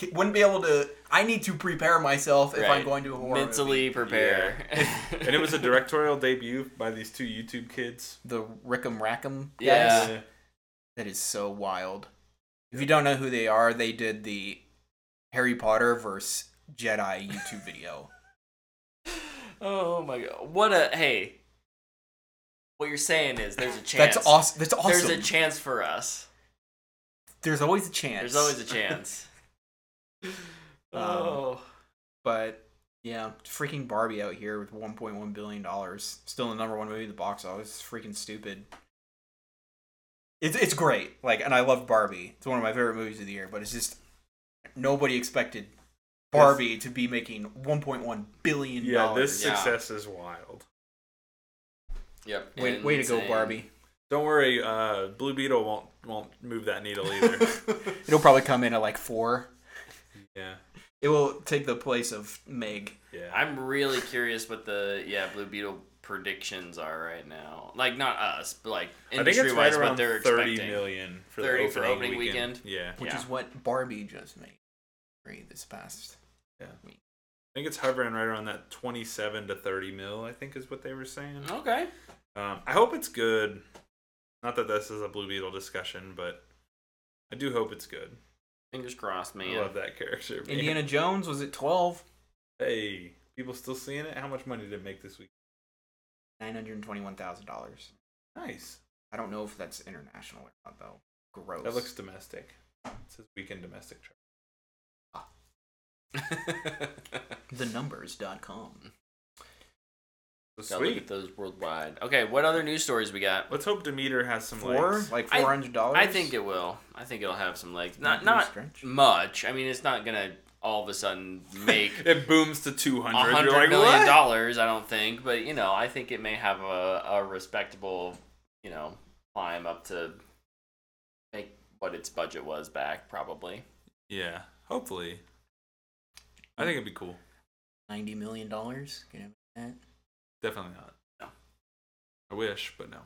Speaker 3: ca- wouldn't be able to. I need to prepare myself if I'm
Speaker 1: Right.
Speaker 3: going to a horror movie.
Speaker 1: mentally prepare.
Speaker 2: and it
Speaker 1: [LAUGHS]
Speaker 2: was a directorial debut by these two YouTube kids.
Speaker 3: The Rickum Rackham guys.
Speaker 1: Yeah.
Speaker 3: That is so wild. If you don't know who they are, they did the Harry Potter versus Jedi YouTube video.
Speaker 1: Oh my god. What a hey. what you're saying is there's a chance.
Speaker 3: That's awesome. That's awesome.
Speaker 1: There's a chance for us.
Speaker 3: There's always a chance.
Speaker 1: There's always a
Speaker 3: [LAUGHS]
Speaker 1: chance.
Speaker 3: Um,
Speaker 1: oh.
Speaker 3: But yeah, freaking Barbie out here with 1.1 billion dollars, still the number one movie in the box office. It's freaking stupid. It's it's great. Like, and I love Barbie. It's one of my favorite movies of the year. But it's just nobody expected Barbie to be making 1.1 billion
Speaker 2: Yeah,
Speaker 3: dollars.
Speaker 2: this
Speaker 1: Yeah.
Speaker 2: success is wild.
Speaker 1: Yep.
Speaker 3: way, way to go,
Speaker 1: insane. [LAUGHS]
Speaker 3: Barbie.
Speaker 2: Don't worry, uh, Blue Beetle won't won't move that needle
Speaker 1: [LAUGHS]
Speaker 2: either.
Speaker 3: It'll probably come in at like four.
Speaker 2: yeah,
Speaker 3: It will take the place of Meg.
Speaker 2: yeah.
Speaker 1: I'm really curious what the yeah Blue Beetle predictions are right now. Like not us, but like
Speaker 2: I think
Speaker 1: industry
Speaker 2: it's right
Speaker 1: wise, what
Speaker 2: around
Speaker 1: they're
Speaker 2: thirty
Speaker 1: expecting.
Speaker 2: million for
Speaker 1: 30
Speaker 2: the
Speaker 1: for
Speaker 2: opening,
Speaker 1: opening
Speaker 2: weekend. Yeah, I
Speaker 3: which
Speaker 1: Yeah.
Speaker 3: is what Barbie just made three this past.
Speaker 2: think it's hovering right around that twenty-seven to thirty mil. I think is what they were saying.
Speaker 1: Okay.
Speaker 2: Um, I hope it's good. Not that this is a Blue Beetle discussion, but I do hope it's good.
Speaker 1: Fingers crossed, man.
Speaker 2: I
Speaker 1: [LAUGHS]
Speaker 2: love that character. man.
Speaker 3: Indiana Jones was at twelve.
Speaker 2: [LAUGHS] Hey, people still seeing it? How much money did it make this week?
Speaker 3: Nine hundred twenty-one thousand dollars.
Speaker 2: Nice.
Speaker 3: I don't know if that's international or not though. Gross.
Speaker 2: That looks domestic. It says weekend domestic. chart.
Speaker 3: thenumbers.com.
Speaker 2: So
Speaker 1: Gotta look at
Speaker 2: sweet.
Speaker 1: those worldwide. Okay, what other news stories we got?
Speaker 2: Let's hope Demeter has some
Speaker 3: Four
Speaker 2: legs.
Speaker 3: like
Speaker 1: I-
Speaker 3: four hundred dollars.
Speaker 1: I think it will. I think it'll have some legs. Not not much. I mean, it's not gonna all of a
Speaker 2: [LAUGHS]
Speaker 1: sudden [LAUGHS] make
Speaker 2: It booms to two
Speaker 1: a
Speaker 2: hundred.
Speaker 1: hundred
Speaker 2: You're like,
Speaker 1: million
Speaker 2: what?
Speaker 1: dollars. I don't think, but you know, I think it may have a, a respectable, you know, climb up to make what its budget was back. Probably.
Speaker 2: Yeah, hopefully. I think it'd be cool.
Speaker 3: ninety million dollars. Can I make that?
Speaker 2: Definitely not.
Speaker 1: No.
Speaker 2: I wish, but no.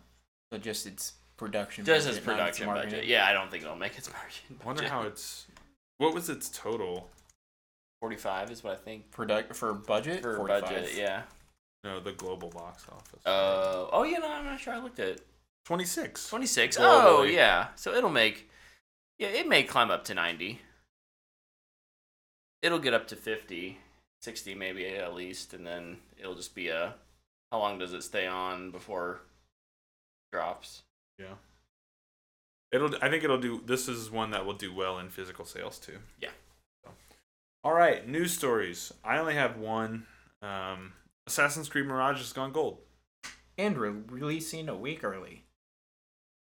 Speaker 3: So just its production.
Speaker 1: Just as
Speaker 3: budget, not its
Speaker 1: production
Speaker 3: marketing.
Speaker 1: budget. Yeah, I don't think it'll make its [LAUGHS] margin.
Speaker 2: I wonder
Speaker 1: budget.
Speaker 2: how it's. What was its total?
Speaker 1: forty-five is what I think
Speaker 3: Product for budget.
Speaker 1: for
Speaker 3: 45.
Speaker 1: budget. Yeah.
Speaker 2: No, the global box office.
Speaker 1: Uh, oh yeah, no, I'm not sure. I looked at it.
Speaker 2: 26.
Speaker 1: 26. Oh
Speaker 2: Globally.
Speaker 1: yeah, so it'll make, yeah, it may climb up to 90. It'll get up to 50, 60 maybe at least, and then it'll just be a. How long does it stay on before it drops?
Speaker 2: Yeah. It'll. I think it'll do. This is one that will do well in physical sales too.
Speaker 1: Yeah.
Speaker 2: So. All right, news stories. I only have one. Um, Assassin's Creed Mirage has gone gold.
Speaker 3: And re- releasing a week early.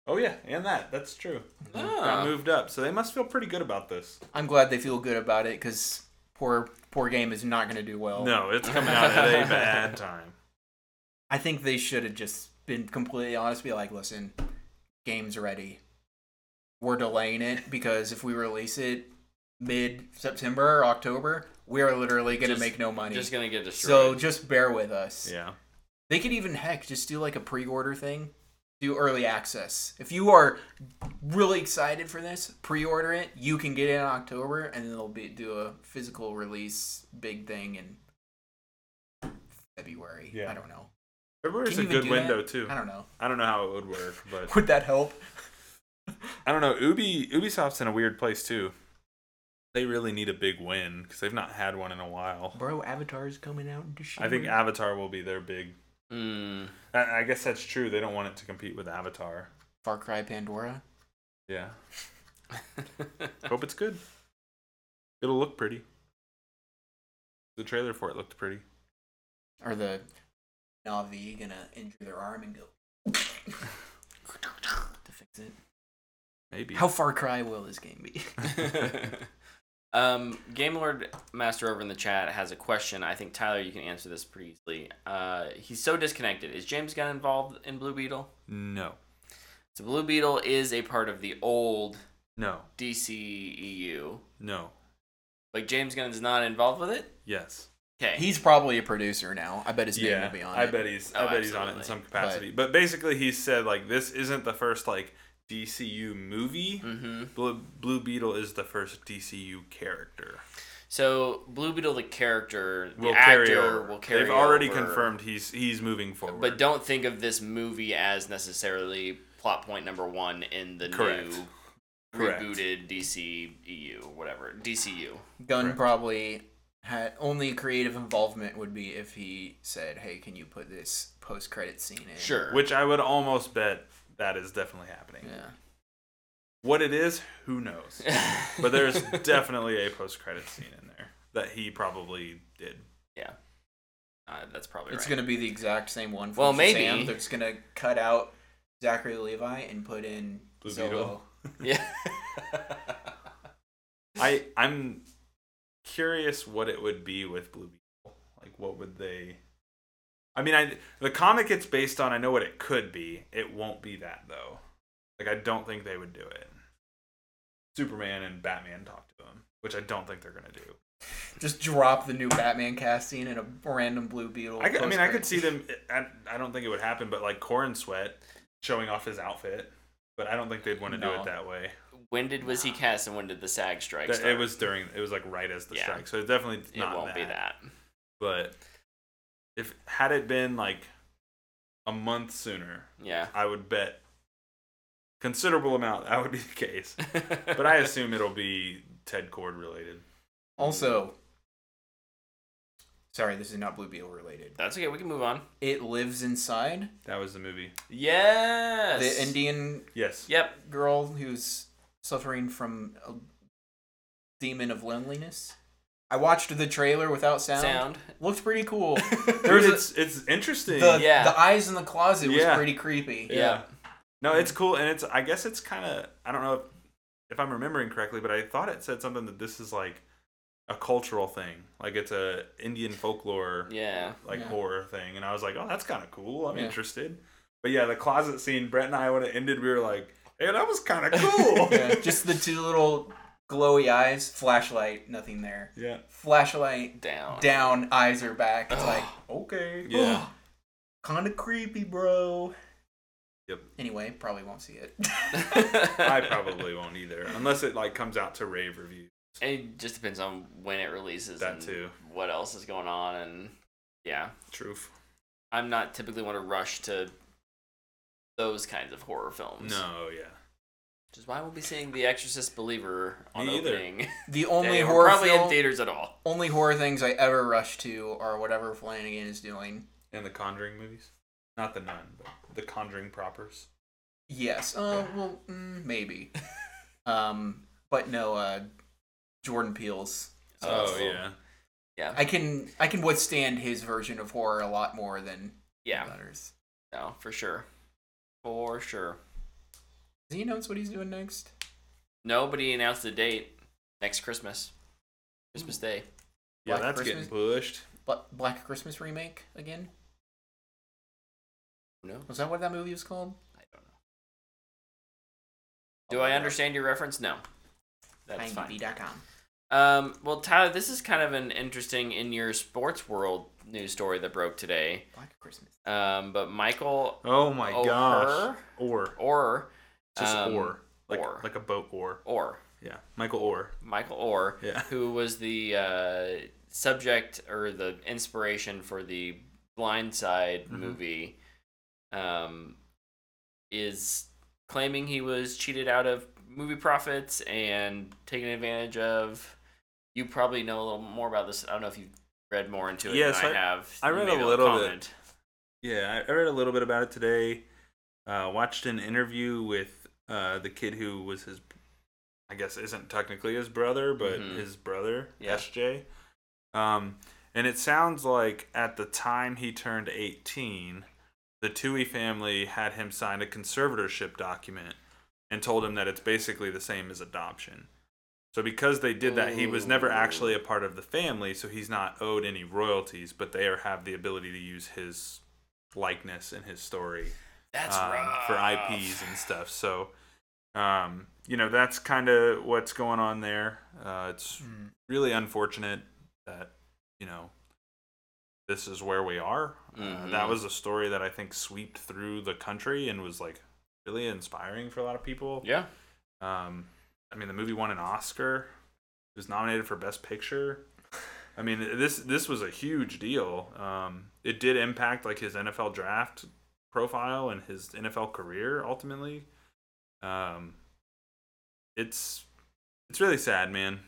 Speaker 2: Oh yeah, and that. That's true. Got
Speaker 3: Uh.
Speaker 1: Ah,
Speaker 2: moved up, so they must feel pretty good about this.
Speaker 3: I'm glad they feel good about it because poor poor game is not going to do well.
Speaker 2: No, it's coming out at a bad time.
Speaker 3: I think they should have just been completely honest. Be like, listen, game's ready. We're delaying it because if we release it mid September or October, we are literally going to
Speaker 1: Just-
Speaker 3: make no money.
Speaker 1: just gonna get
Speaker 3: so
Speaker 1: destroyed.
Speaker 3: just bear with us.
Speaker 2: Yeah.
Speaker 3: They could even heck just do like a pre-order thing, do early access. If you are really excited for this, pre-order it. You can get it in October, and then they'll be do a physical release big thing in February.
Speaker 2: Yeah.
Speaker 3: I don't know.
Speaker 2: February's
Speaker 3: Can
Speaker 2: a
Speaker 3: you even
Speaker 2: good
Speaker 3: do that?
Speaker 2: window too.
Speaker 3: I don't know.
Speaker 2: I don't know how it would work, but
Speaker 3: Would that help?
Speaker 2: I don't know. Ubi Ubisoft's in a weird place too. They really need a big win because they've not had one in a while.
Speaker 3: Bro, Avatar's coming out in December.
Speaker 2: I think Avatar will be their big.
Speaker 1: [LAUGHS] Mm,
Speaker 2: I I guess that's true. They don't want it to compete with Avatar.
Speaker 3: Far Cry Pandora.
Speaker 2: Yeah. Hope it's good. It'll look pretty. The trailer for it looked pretty.
Speaker 3: Are the Navi gonna injure their arm and go to fix it?
Speaker 2: Maybe.
Speaker 3: How [LAUGHS] Far Cry will this game be?
Speaker 1: [LAUGHS] um, Game Lord Master over in the chat has a question. I think Tyler, you can answer this pretty easily. Uh, he's so disconnected. Is James Gunn involved in Blue Beetle?
Speaker 2: [LAUGHS] no.
Speaker 1: So Blue Beetle is a part of the old
Speaker 2: No.
Speaker 1: DCEU.
Speaker 2: No.
Speaker 1: Like James Gunn's not involved with it?
Speaker 2: Yes.
Speaker 1: Okay.
Speaker 3: He's probably a producer now. I bet his name
Speaker 2: yeah.
Speaker 3: will be on
Speaker 2: I
Speaker 3: it.
Speaker 2: bet he's.
Speaker 1: Oh,
Speaker 2: I bet he's on it
Speaker 1: absolutely.
Speaker 2: in some capacity. But, basically, he said like this isn't the first like DCU movie.
Speaker 1: mm-hmm.
Speaker 2: Blue, Blue Beetle is the first DCU character.
Speaker 1: So Blue Beetle the character, the
Speaker 2: Will
Speaker 1: actor
Speaker 2: carry over.
Speaker 1: will carry
Speaker 2: They've already
Speaker 1: over,
Speaker 2: confirmed he's he's moving forward.
Speaker 1: But don't think of this movie as necessarily plot point number one in the
Speaker 2: Correct.
Speaker 1: new
Speaker 2: Correct.
Speaker 1: rebooted DCEU, E whatever. DCU.
Speaker 3: Gunn
Speaker 2: Correct.
Speaker 3: probably had only creative involvement would be if he said, "Hey, can you put this post-credit scene in?"
Speaker 1: Sure.
Speaker 2: Which I would almost bet that is definitely happening.
Speaker 3: Yeah.
Speaker 2: What it is, who knows?
Speaker 1: [LAUGHS]
Speaker 2: but there's definitely a post credit scene in there that he probably did.
Speaker 1: Uh, that's probably
Speaker 3: It's
Speaker 1: right.
Speaker 3: gonna be the exact same one. From
Speaker 1: Well,
Speaker 3: Shazam.
Speaker 1: maybe.
Speaker 3: they're just gonna cut out Zachary Levi and put in
Speaker 2: Blue
Speaker 3: Zolo.
Speaker 2: Beetle.
Speaker 1: Yeah.
Speaker 2: I I'm curious what it would be with Blue Beetle. Like what would they I mean I the comic it's based on, I know what it could be. It won't be that though. Like I don't think they would do it. Superman and Batman talk to him, which I don't think they're gonna do.
Speaker 3: Just drop the new Batman casting and a random Blue Beetle.
Speaker 2: I, could- I mean, I
Speaker 3: post-credit
Speaker 2: could see them. I, I don't think it would happen, but like Corin Sweat showing off his outfit, but I don't think they'd want to do
Speaker 3: No.
Speaker 2: it that way.
Speaker 1: when did was he cast and when did the SAG strike
Speaker 2: That-
Speaker 1: start?
Speaker 2: it was during. It was like right as the
Speaker 1: Yeah.
Speaker 2: strike, so it definitely
Speaker 1: It
Speaker 2: not
Speaker 1: won't be that.
Speaker 2: But if had it been like a month sooner,
Speaker 1: Yeah. [LAUGHS]
Speaker 2: I would bet considerable amount that would be the case. but I assume it'll be Ted Cord related.
Speaker 3: Also, sorry, this is not Blue Beetle related.
Speaker 1: That's okay. We can move on.
Speaker 3: It lives inside
Speaker 2: That was the movie.
Speaker 1: Yes.
Speaker 3: the Indian
Speaker 2: Yes.
Speaker 1: Yep.
Speaker 3: girl who's suffering from a demon of loneliness. I watched the trailer without sound.
Speaker 1: Sound.
Speaker 3: Looked pretty
Speaker 2: [LAUGHS]
Speaker 3: cool.
Speaker 2: There's
Speaker 3: a-
Speaker 2: it's it's interesting.
Speaker 3: The,
Speaker 1: Yeah.
Speaker 3: the eyes in the closet was
Speaker 2: Yeah. [LAUGHS]
Speaker 3: pretty creepy.
Speaker 1: Yeah. Yeah.
Speaker 2: No, it's cool, and it's. I guess it's kind of. I don't know if, if I'm remembering correctly, but I thought it said something that this is like a cultural thing, like it's a Indian folklore
Speaker 1: [LAUGHS] Yeah.
Speaker 2: like
Speaker 3: Yeah.
Speaker 2: horror thing, and I was like, oh, that's kind of cool. I'm
Speaker 3: Yeah.
Speaker 2: interested. But yeah, the closet scene. Brett and I, when it ended, we were like, hey, that was kind of cool.
Speaker 3: Yeah, just the two little glowy eyes, flashlight, nothing there.
Speaker 2: [LAUGHS] yeah.
Speaker 3: Flashlight
Speaker 1: Down. [LAUGHS]
Speaker 3: down, eyes are back. It's like,
Speaker 2: Okay.
Speaker 3: yeah. kind of creepy, bro.
Speaker 2: Yep.
Speaker 3: Anyway, probably won't see it. [LAUGHS]
Speaker 2: I probably won't either, unless it like comes out to rave reviews.
Speaker 1: It just depends on when it releases.
Speaker 2: That
Speaker 1: and
Speaker 2: too.
Speaker 1: What else is going on and yeah.
Speaker 2: Truth.
Speaker 1: I'm not typically want to rush to those kinds of horror films.
Speaker 2: No. Yeah.
Speaker 1: Which is why we'll be seeing The Exorcist Believer on
Speaker 2: Me either.
Speaker 1: opening. [LAUGHS]
Speaker 3: the only
Speaker 1: day, or
Speaker 3: horror
Speaker 1: probably in
Speaker 3: film,
Speaker 1: theaters at all.
Speaker 3: only horror things I ever rush to are whatever Flanagan is doing.
Speaker 2: And the Conjuring movies, not the Nun, but the Conjuring propers.
Speaker 3: Yes. Uh, well, mm, maybe. um, but no. Uh, Jordan Peele's. uh,
Speaker 1: So
Speaker 2: Oh
Speaker 1: it's-
Speaker 2: yeah,
Speaker 3: I can I can withstand his version of horror a lot more than
Speaker 1: Yeah.
Speaker 3: others.
Speaker 1: No, for sure. For sure.
Speaker 3: Does he announce what he's doing next?
Speaker 1: Nobody announced the date. Next Christmas. Christmas Day.
Speaker 2: yeah,
Speaker 3: Black
Speaker 2: that's
Speaker 3: Christmas?
Speaker 2: getting pushed.
Speaker 3: But Black Christmas remake again?
Speaker 1: No.
Speaker 3: Was that what that movie was called?
Speaker 1: I don't know. Do I understand your reference? No. That's fine.
Speaker 3: IMDb.com.
Speaker 1: Um, well, Tyler, this is kind of an interesting in your sports world news story that broke today.
Speaker 3: Black Christmas.
Speaker 1: Um, but Michael
Speaker 2: Oh my
Speaker 1: Oh,
Speaker 2: gosh, or
Speaker 1: Orr,
Speaker 2: just
Speaker 1: um,
Speaker 2: or like
Speaker 1: Orr.
Speaker 2: like a boat or
Speaker 1: Orr,
Speaker 2: yeah, Michael Orr.
Speaker 1: Michael Orr,
Speaker 2: Yeah.
Speaker 1: who was the uh, subject or the inspiration for the Blind Side
Speaker 2: Mhm.
Speaker 1: movie, um, is claiming he was cheated out of movie profits and taken advantage of. You probably know a little more about this. I don't know if you've read more into it
Speaker 2: Yes,
Speaker 1: than I,
Speaker 2: I-
Speaker 1: have.
Speaker 2: I
Speaker 1: You
Speaker 2: read
Speaker 1: may
Speaker 2: a
Speaker 1: be able to
Speaker 2: little bit.
Speaker 1: comment.
Speaker 2: Yeah, I, I read a little bit about it today. Uh, watched an interview with uh, the kid who was his, I guess isn't technically his brother, but
Speaker 1: Mhm.
Speaker 2: his brother
Speaker 1: Yeah.
Speaker 2: SJ. Um, and it sounds like at the time he turned eighteen, the Tui family had him sign a conservatorship document and told him that it's basically the same as adoption. So because they did that, he was never
Speaker 1: Ooh.
Speaker 2: actually a part of the family, so he's not owed any royalties, but they are, have the ability to use his likeness in his story
Speaker 1: That's
Speaker 2: um,
Speaker 1: rough.
Speaker 2: for IPs and stuff. So, um, you know, that's kind of what's going on there. Uh, it's
Speaker 3: Hmm.
Speaker 2: really unfortunate that you know this is where we are. Uh,
Speaker 1: Mhm.
Speaker 2: that was a story that I think sweeped through the country and was like really inspiring for a lot of people.
Speaker 1: Yeah.
Speaker 2: Um, I mean, the movie won an Oscar. It was nominated for Best Picture. I mean, this this was a huge deal. Um, it did impact like his NFL draft profile and his NFL career ultimately. Um, it's it's really sad, man.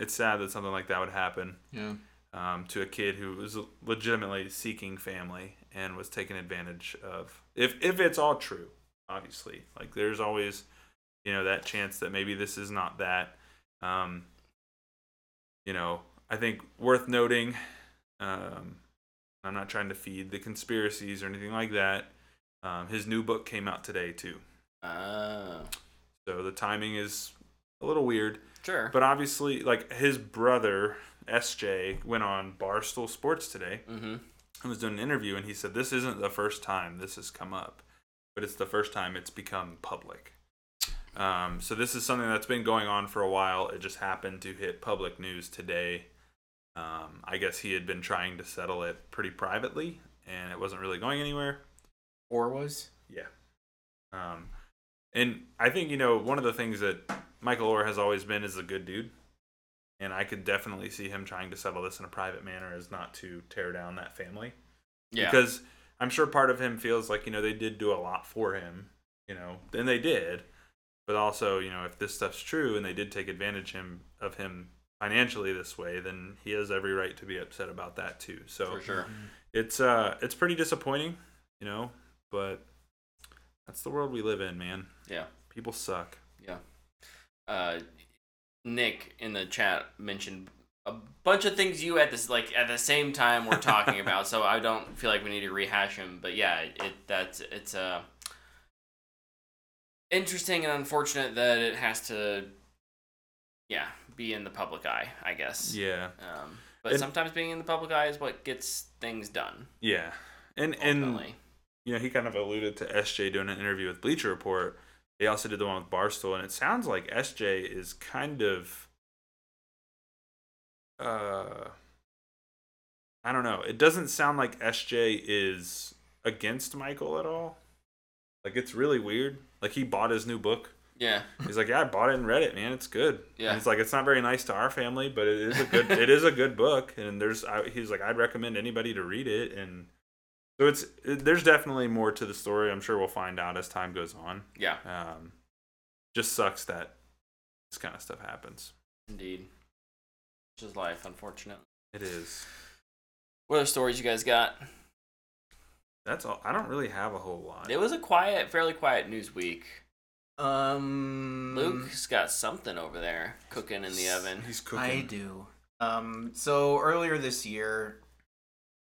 Speaker 2: It's sad that something like that would happen.
Speaker 3: Yeah.
Speaker 2: um, to a kid who was legitimately seeking family and was taken advantage of. If if it's all true, obviously, like there's always, you know, that chance that maybe this is not that. Um, you know, I think worth noting. Um, I'm not trying to feed the conspiracies or anything like that. Um, his new book came out today too,
Speaker 1: Uh,
Speaker 2: so the timing is a little weird.
Speaker 1: sure.
Speaker 2: But obviously, like his brother SJ went on Barstool Sports today
Speaker 1: mm-hmm.
Speaker 2: and was doing an interview, and he said this isn't the first time this has come up, but it's the first time it's become public. Um, so this is something that's been going on for a while. It just happened to hit public news today. Um, I guess he had been trying to settle it pretty privately, and it wasn't really going anywhere.
Speaker 3: Or was?
Speaker 2: Um, and I think you know one of the things that Michael Orr has always been is a good dude, and I could definitely see him trying to settle this in a private manner, is not to tear down that family
Speaker 1: Yeah.
Speaker 2: because I'm sure part of him feels like you know they did do a lot for him, you know, and they did, but also you know if this stuff's true and they did take advantage him of him financially this way, then he has every right to be upset about that too. So
Speaker 1: for sure.
Speaker 2: it's uh it's pretty disappointing, you know, but that's the world we live in, man.
Speaker 1: Yeah.
Speaker 2: People suck.
Speaker 1: uh, Nick in the chat mentioned a bunch of things you at this like at the same time we're
Speaker 2: [LAUGHS]
Speaker 1: talking about, so I don't feel like we need to rehash them. But yeah, it that's it's uh interesting and unfortunate that it has to yeah be in the public eye, I guess.
Speaker 2: Yeah.
Speaker 1: Um, but
Speaker 2: And-
Speaker 1: sometimes being in the public eye is what gets things done.
Speaker 2: Yeah. And and
Speaker 1: Ultimately,
Speaker 2: you know, he kind of alluded to SJ doing an interview with Bleacher Report. They also did the one with Barstool, and it sounds like SJ is kind of, uh, I don't know. It doesn't sound like SJ is against Michael at all. Like it's really weird. Like he bought his new book.
Speaker 1: yeah,
Speaker 2: He's like, yeah, I bought it and read it, man. It's good.
Speaker 1: Yeah.
Speaker 2: And it's like it's not very nice to our family, but it is a good. it is a good book, and there's. I, he's like, I'd recommend anybody to read it, and so it's. It, there's definitely more to the story. I'm sure we'll find out as time goes on.
Speaker 1: yeah,
Speaker 2: Um, just sucks that this kind of stuff happens.
Speaker 1: indeed. Which is life, unfortunately.
Speaker 2: It is.
Speaker 1: What other stories you guys got?
Speaker 2: That's all. I don't really have a whole lot.
Speaker 1: It was a quiet, fairly quiet news week. Mm.
Speaker 3: Um,
Speaker 1: Luke's got something over there cooking in the oven.
Speaker 2: He's
Speaker 3: I
Speaker 2: cooking.
Speaker 3: do. Um, so earlier this year,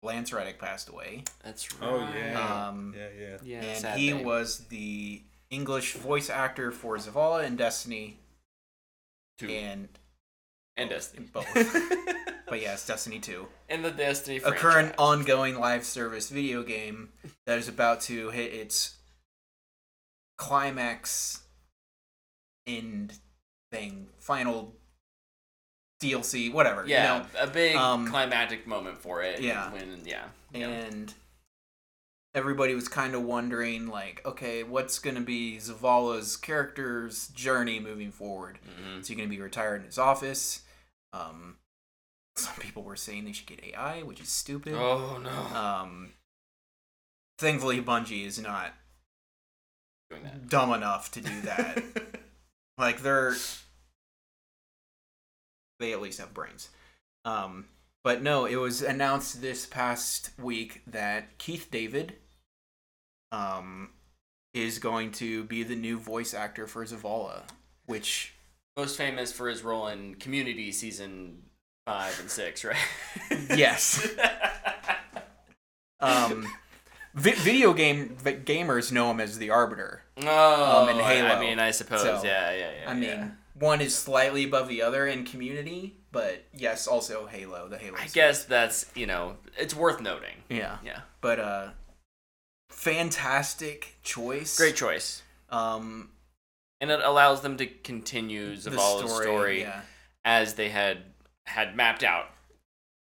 Speaker 3: Lance Reddick passed away,
Speaker 1: That's right. Uh,
Speaker 2: Oh, yeah.
Speaker 3: um,
Speaker 2: yeah, yeah.
Speaker 1: Yeah.
Speaker 3: and
Speaker 1: sad
Speaker 3: he
Speaker 1: thing.
Speaker 3: was the English voice actor for Zavala and Destiny,
Speaker 1: Two.
Speaker 3: and
Speaker 1: and
Speaker 3: both- [LAUGHS]
Speaker 1: Destiny.
Speaker 3: both. but yes, Destiny Two,
Speaker 1: and the Destiny
Speaker 3: a
Speaker 1: franchise.
Speaker 3: current ongoing live service video game that is about to hit its climax end thing, final DLC, whatever. you know?
Speaker 1: yeah, a big
Speaker 3: um,
Speaker 1: climactic moment for it.
Speaker 3: yeah.
Speaker 1: When yeah. yeah.
Speaker 3: and everybody was kind of wondering like okay what's going to be zavala's character's journey moving forward
Speaker 1: Mhm.
Speaker 3: is he going to be retired in his office um, some people were saying they should get ai which is stupid
Speaker 1: Oh no.
Speaker 3: um, thankfully bungie is not
Speaker 1: Doing that.
Speaker 3: dumb enough to do that
Speaker 1: [LAUGHS]
Speaker 3: like they're they at least have brains um but no it was announced this past week that keith david um is going to be the new voice actor for zavala which
Speaker 1: Most famous for his role in Community season five and six, right? [LAUGHS]
Speaker 3: yes um vi- video game vi- gamers know him as the arbiter
Speaker 1: oh,
Speaker 3: Um, in
Speaker 1: I
Speaker 3: Halo.
Speaker 1: mean, I suppose.
Speaker 3: So,
Speaker 1: yeah, yeah, yeah.
Speaker 3: i mean
Speaker 1: yeah.
Speaker 3: one is slightly above the other in community but yes also halo the halo
Speaker 1: I
Speaker 3: series.
Speaker 1: guess that's you know it's worth noting.
Speaker 3: yeah
Speaker 1: Yeah.
Speaker 3: but uh fantastic choice
Speaker 1: Great choice.
Speaker 3: um
Speaker 1: and it allows them to continue Zavala's story,
Speaker 3: yeah
Speaker 1: as they had had mapped out.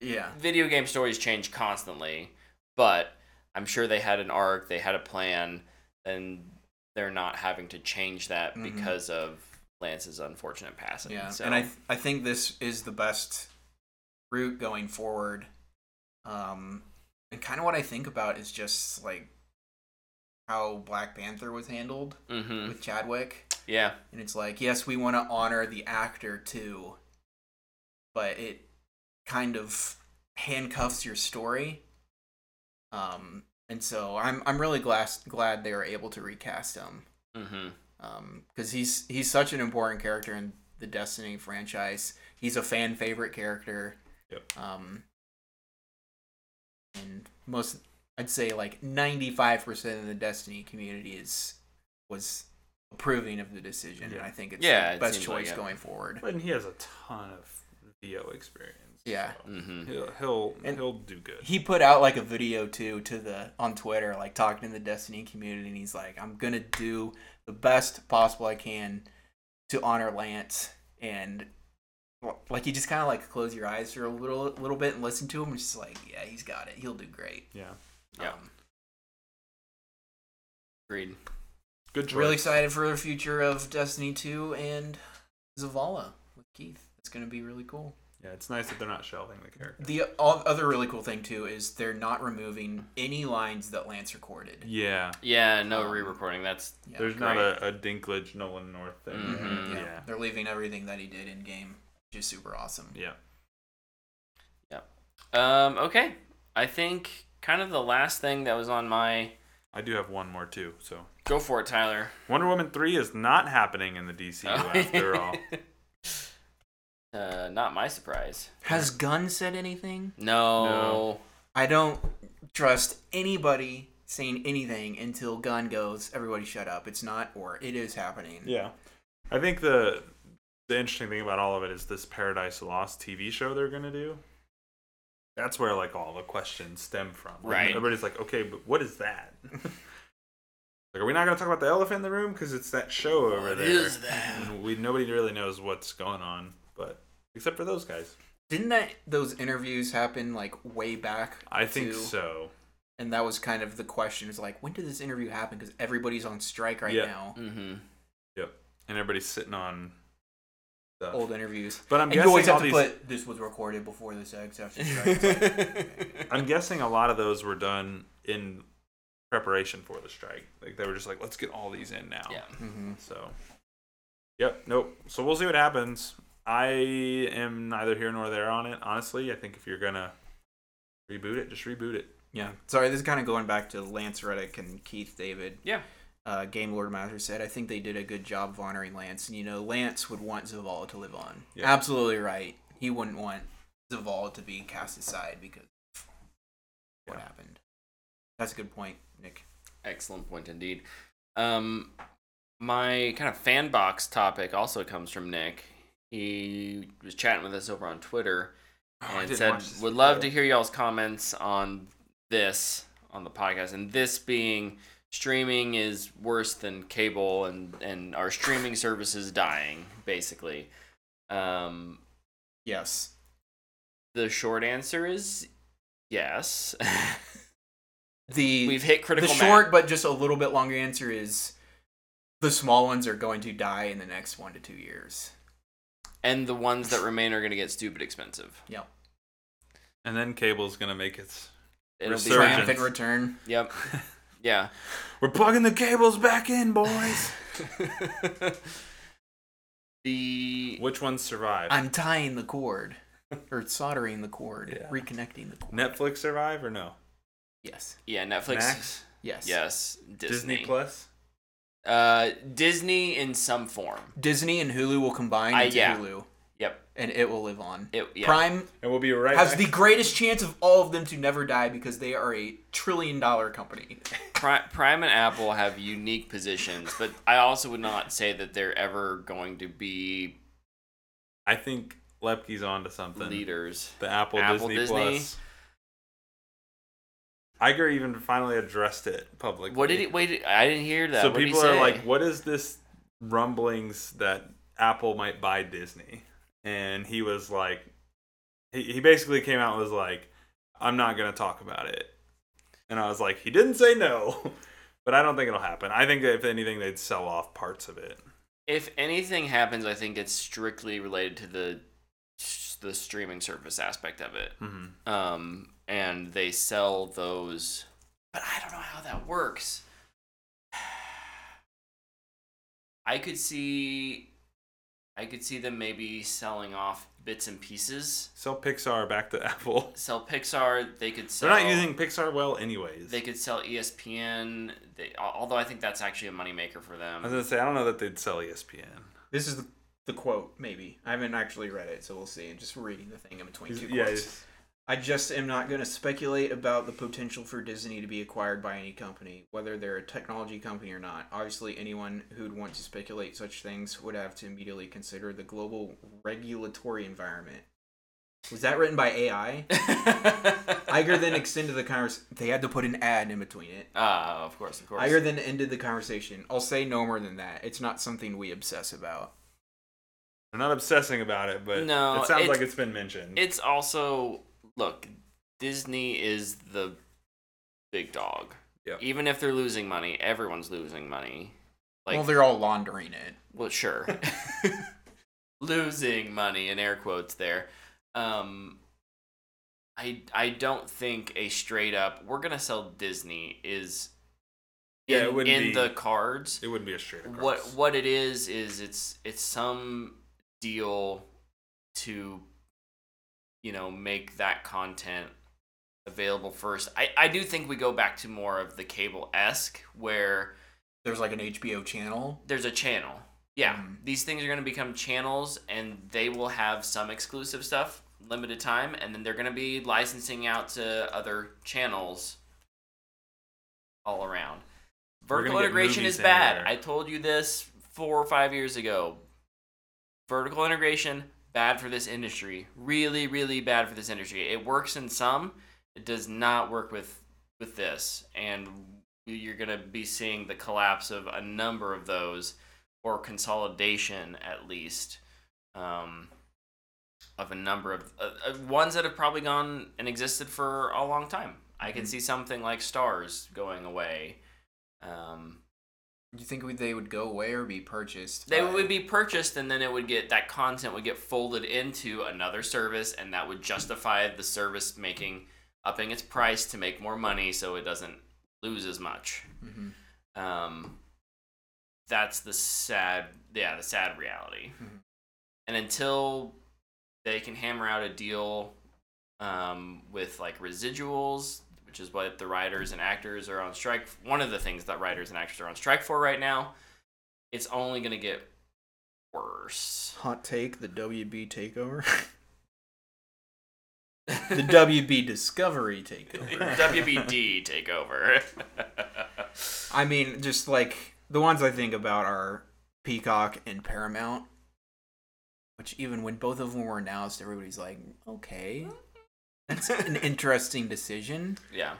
Speaker 3: yeah
Speaker 1: Video game stories change constantly, but I'm sure they had an arc, they had a plan, and they're not having to change that
Speaker 3: Mhm.
Speaker 1: because of Lance's unfortunate passing.
Speaker 3: yeah
Speaker 1: So,
Speaker 3: and i i think this is the best route going forward um and kind of what i think about is just like how black panther was handled
Speaker 1: hmm
Speaker 3: with chadwick
Speaker 1: yeah,
Speaker 3: and it's like yes we want to honor the actor too but it kind of handcuffs your story. Um, and so I'm I'm really glad glad they were able to recast him
Speaker 1: Mm-hmm.
Speaker 3: because Um, he's he's such an important character in the Destiny franchise. He's a fan favorite character.
Speaker 2: Yep.
Speaker 3: Um, and most I'd say like ninety five percent of the Destiny community is was approving of the decision, and
Speaker 2: Yeah.
Speaker 3: I think it's
Speaker 1: Yeah,
Speaker 3: the
Speaker 1: it
Speaker 3: best
Speaker 1: seems
Speaker 3: choice
Speaker 1: like it.
Speaker 3: going forward.
Speaker 2: But he has a ton of VO experience.
Speaker 3: Yeah.
Speaker 2: so
Speaker 1: Mm-hmm.
Speaker 2: he'll he'll,
Speaker 3: And-
Speaker 2: he'll do good.
Speaker 3: he put out like a video too to the on Twitter, like talking to the Destiny community, and he's like, "I'm gonna do the best possible I can to honor Lance," and well, like you just kind of like close your eyes for a little little bit and listen to him, and just like, "Yeah, he's got it. He'll do great."
Speaker 2: Yeah,
Speaker 1: Yeah.
Speaker 3: Um,
Speaker 1: Agreed.
Speaker 2: good choice.
Speaker 3: really excited for the future of Destiny Two and Zavala with Keith. It's gonna be really cool.
Speaker 2: Yeah, it's nice that they're not shelving the character.
Speaker 3: The o- other really cool thing too is they're not removing any lines that Lance recorded.
Speaker 2: Yeah,
Speaker 1: Yeah, no
Speaker 3: Um,
Speaker 1: re-recording. That's
Speaker 3: Yeah. Mm-hmm,
Speaker 2: there's not a, a Dinklage Nolan North thing.
Speaker 1: Mhm.
Speaker 3: Yeah.
Speaker 2: Mm-hmm. Yeah.
Speaker 3: They're leaving everything that he did in game, which is super awesome.
Speaker 2: yeah,
Speaker 1: um okay. I think kind of the last thing that was on my
Speaker 2: I do have one more too. So
Speaker 1: go for it, Tyler.
Speaker 2: Wonder Woman three is not happening in the DCU
Speaker 3: [LAUGHS]
Speaker 2: after all.
Speaker 1: [LAUGHS] Uh, not my surprise.
Speaker 3: Has Gunn said anything?
Speaker 1: No.
Speaker 2: No.
Speaker 3: I don't trust anybody saying anything until Gunn goes, everybody shut up. It's not, or it is happening.
Speaker 2: Yeah, I think the the interesting thing about all of it is this Paradise Lost TV show they're gonna do. That's where like all the questions stem from. Like,
Speaker 1: Right.
Speaker 2: Everybody's like, okay, but what is that? [LAUGHS] like, are we not gonna talk about the elephant in the room because it's that show over
Speaker 1: What
Speaker 2: there?
Speaker 1: is that?
Speaker 2: And We nobody really knows what's going on, but except for those guys.
Speaker 3: Didn't that those interviews happen like way back?
Speaker 2: I think
Speaker 3: too?
Speaker 2: so.
Speaker 3: And that was kind of the question is like, when did this interview happen? Because everybody's on strike right
Speaker 2: Yeah.
Speaker 3: now.
Speaker 1: Mm-hmm.
Speaker 2: And everybody's sitting on stuff.
Speaker 3: Old interviews.
Speaker 2: But I'm
Speaker 3: and you always
Speaker 2: guessing all
Speaker 3: have to
Speaker 2: these.
Speaker 3: put this was recorded before this X after strike.
Speaker 1: [LAUGHS]
Speaker 2: [LAUGHS]
Speaker 3: It's like, okay.
Speaker 2: I'm guessing a lot of those were done in preparation for the strike. Like they were just like, let's get all these in now.
Speaker 1: Yeah.
Speaker 3: Mhm.
Speaker 2: So. Yep. Nope. So we'll see what happens. I am neither here nor there on it. Honestly, I think if you're gonna reboot it, just reboot it.
Speaker 3: Yeah. Sorry, this is kind of going back to Lance Reddick and Keith David.
Speaker 1: Yeah.
Speaker 3: Uh, Game Lord Master said, I think they did a good job of honoring Lance. And, you know, Lance would want Zavala to live on.
Speaker 2: Yeah.
Speaker 3: Absolutely right. He wouldn't want Zavala to be cast aside because of what
Speaker 2: Yeah.
Speaker 3: happened. That's a good point, Nick.
Speaker 1: Excellent point indeed. Um, my kind of fan box topic also comes from Nick. He was chatting with us over on Twitter
Speaker 2: Oh, I
Speaker 1: and
Speaker 2: didn't
Speaker 1: said,
Speaker 2: watch this
Speaker 1: "Would love to
Speaker 2: video.
Speaker 1: hear y'all's comments on this on the podcast, and this being streaming is worse than cable, and and our streaming services dying basically." Um,
Speaker 3: Yes.
Speaker 1: the short answer is yes. [LAUGHS]
Speaker 3: The,
Speaker 1: We've hit
Speaker 3: the
Speaker 1: critical mass.
Speaker 3: short but just a little bit longer answer is the small ones are going to die in the next one to two years.
Speaker 1: and the ones that remain are going to get stupid expensive.
Speaker 2: And then cable's gonna make its.
Speaker 1: It'll be
Speaker 2: Resurgence.
Speaker 1: rampant. [LAUGHS]
Speaker 3: Triumphant return.
Speaker 1: Yep. Yeah.
Speaker 2: We're plugging the cables back in, boys.
Speaker 1: [LAUGHS] the
Speaker 2: Which ones survive?
Speaker 3: I'm tying the cord. Or soldering the cord.
Speaker 2: Yeah.
Speaker 3: Reconnecting the cord.
Speaker 2: Netflix survive or no?
Speaker 3: Yes.
Speaker 1: yeah Netflix.
Speaker 2: Max?
Speaker 3: Yes.
Speaker 1: Yes. Disney.
Speaker 2: Plus.
Speaker 1: Uh, Disney in some form.
Speaker 3: Disney and Hulu will combine
Speaker 1: Uh,
Speaker 3: into
Speaker 1: yeah.
Speaker 3: Hulu,
Speaker 1: Yep.
Speaker 3: and it will live on.
Speaker 1: It, yeah.
Speaker 3: Prime
Speaker 2: And we'll be right
Speaker 3: has
Speaker 2: back.
Speaker 3: the greatest chance of all of them to never die because they are a trillion
Speaker 1: [LAUGHS]
Speaker 3: dollar company.
Speaker 1: Pri- Prime and Apple have unique positions, but I also would not say that they're ever going to be
Speaker 2: I think Lepke's on to something.
Speaker 1: leaders.
Speaker 2: The Apple,
Speaker 1: Apple,
Speaker 2: Disney,
Speaker 1: Disney.
Speaker 2: Plus. Iger even finally addressed it publicly.
Speaker 1: What did he? Wait, I didn't hear that.
Speaker 2: So
Speaker 1: What did he
Speaker 2: people are
Speaker 1: say?
Speaker 2: like, what is this rumblings that Apple might buy Disney? And he was like, he, he basically came out and was like, I'm not going to talk about it. And I was like, he didn't say no. [LAUGHS] But I don't think it'll happen. I think that if anything, they'd sell off parts of it.
Speaker 1: If anything happens, I think it's strictly related to the the streaming service aspect of it.
Speaker 2: Mm-hmm.
Speaker 1: Um, and they sell those, but I don't know how that works. [SIGHS] I could see I could see them maybe selling off bits and pieces.
Speaker 2: Sell Pixar back to [LAUGHS] Apple.
Speaker 1: Sell Pixar. They could
Speaker 2: They're
Speaker 1: sell.
Speaker 2: not using Pixar well, anyways.
Speaker 1: They could sell E ESPN. They, al- although I think that's actually a moneymaker for
Speaker 2: I
Speaker 1: them.
Speaker 2: was gonna say I don't know that they'd sell E ESPN.
Speaker 3: This is the, the quote, maybe. I haven't actually read it, so we'll see. I'm just reading the thing in between two
Speaker 2: Yeah,
Speaker 3: quotes.
Speaker 2: it's-
Speaker 3: I just am not going to speculate about the potential for Disney to be acquired by any company, whether they're a technology company or not. Obviously, anyone who'd want to speculate such things would have to immediately consider the global regulatory environment. Was that written by AI? Iger then extended the conversation. They had to put an ad in between it.
Speaker 1: [LAUGHS] Ah, of course, of course.
Speaker 3: Iger then ended the conversation. I'll say no more than that. It's not something we obsess about.
Speaker 2: They're not obsessing about it, but
Speaker 1: No,
Speaker 2: it sounds
Speaker 1: it-
Speaker 2: like it's been mentioned.
Speaker 1: it's also look disney is the big dog
Speaker 2: Yep.
Speaker 1: even if they're losing money everyone's losing money like
Speaker 3: well,
Speaker 1: well,
Speaker 3: they're all laundering
Speaker 2: [LAUGHS]
Speaker 3: it.
Speaker 1: sure losing money in air quotes there um i i don't think a straight up we're gonna sell disney is
Speaker 2: Yeah, it
Speaker 1: in-
Speaker 2: wouldn't
Speaker 1: in
Speaker 2: be-
Speaker 1: the cards
Speaker 2: it wouldn't be a straight across.
Speaker 1: what what it is is it's it's some deal to you know make that content available first i i do think we go back to more of the cable-esque where
Speaker 3: There's like an HBO channel.
Speaker 1: there's a channel yeah
Speaker 2: Mm-hmm.
Speaker 3: Mhm.
Speaker 1: these things are going to become channels and they will have some exclusive stuff limited time and then they're going to be licensing out to other channels all around
Speaker 2: We're gonna
Speaker 1: vertical
Speaker 2: get
Speaker 1: integration
Speaker 2: movies
Speaker 1: is bad
Speaker 2: everywhere.
Speaker 1: i told you this four or five years ago vertical integration bad for this industry really really bad for this industry it works in some it does not work with with this and you're going to be seeing the collapse of a number of those or consolidation at least um, of a number of uh, uh, ones that have probably gone and existed for a long time i can
Speaker 3: Mhm.
Speaker 1: see something like stars going away um,
Speaker 3: Do you think we- they would go away or be purchased?
Speaker 1: they
Speaker 3: by-
Speaker 1: would be purchased and then it would get that content would get folded into another service and that would justify the service making upping its price to make more money so it doesn't lose as much
Speaker 3: Mhm.
Speaker 1: um, that's the sad yeah the sad reality
Speaker 2: Mm-hmm.
Speaker 3: Mhm.
Speaker 1: and until they can hammer out a deal um, with like residuals which is what the writers and actors are on strike one of the things that writers and actors are on strike for right now it's only going to get worse
Speaker 3: Hot take: the WB takeover, the WB
Speaker 1: [LAUGHS]
Speaker 3: Discovery [LAUGHS]
Speaker 2: E
Speaker 3: takeover.
Speaker 1: WBD takeover [LAUGHS]
Speaker 3: I mean, just like the ones I think about are Peacock and Paramount, which even when both of them were announced, everybody's like, "Okay, that's an interesting decision."
Speaker 1: yeah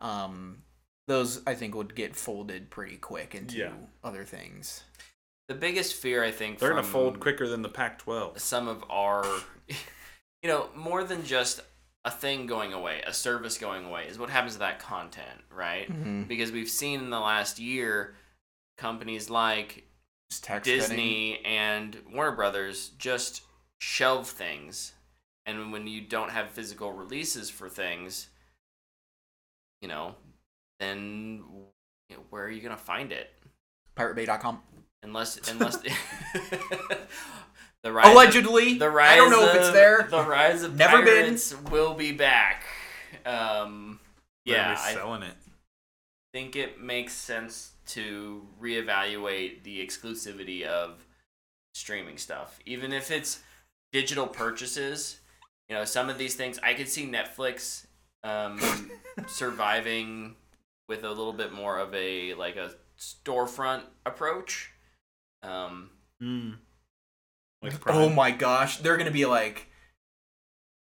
Speaker 3: Um, those I think would get folded pretty quick into
Speaker 2: Yeah.
Speaker 3: other things.
Speaker 1: the biggest fear i think
Speaker 2: They're gonna
Speaker 1: from-
Speaker 2: fold quicker than the Pac-12.
Speaker 1: some of our [LAUGHS] you know more than just a thing going away a service going away is what happens to that content right
Speaker 3: Mm-hmm.
Speaker 1: because we've seen in the last year companies like
Speaker 3: Just tax cutting.
Speaker 1: disney and warner brothers just shelve things and when you don't have physical releases for things you know then you know, where are you going to find it
Speaker 3: piratebay.com.
Speaker 1: unless unless [LAUGHS] the rise of-
Speaker 3: Allegedly,
Speaker 1: the rise
Speaker 3: I don't know if it's
Speaker 1: of-
Speaker 3: there.
Speaker 1: The rise of
Speaker 3: Never been.
Speaker 1: pirates will be back. Um,
Speaker 2: They're gonna
Speaker 1: yeah,
Speaker 2: be
Speaker 1: I
Speaker 2: selling it.
Speaker 1: think it makes sense to reevaluate the exclusivity of streaming stuff, even if it's digital purchases. You know, some of these things I could see Netflix um,
Speaker 3: [LAUGHS]
Speaker 1: surviving with a little bit more of a like a storefront approach. Um,
Speaker 2: Mm. Like
Speaker 3: Oh
Speaker 2: Prime.
Speaker 3: my gosh, they're gonna be like,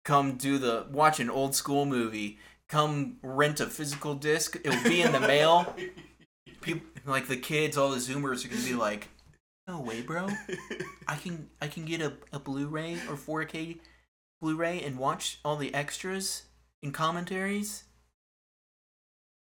Speaker 3: come do the watch an old school movie. Come rent a physical disc. It'll be
Speaker 2: [LAUGHS]
Speaker 3: in the [LAUGHS] mail. People like the kids, all the Zoomers are gonna be like, no way, bro. I can I can get a, a Blu-ray or 4K Blu-ray and watch all the extras and commentaries.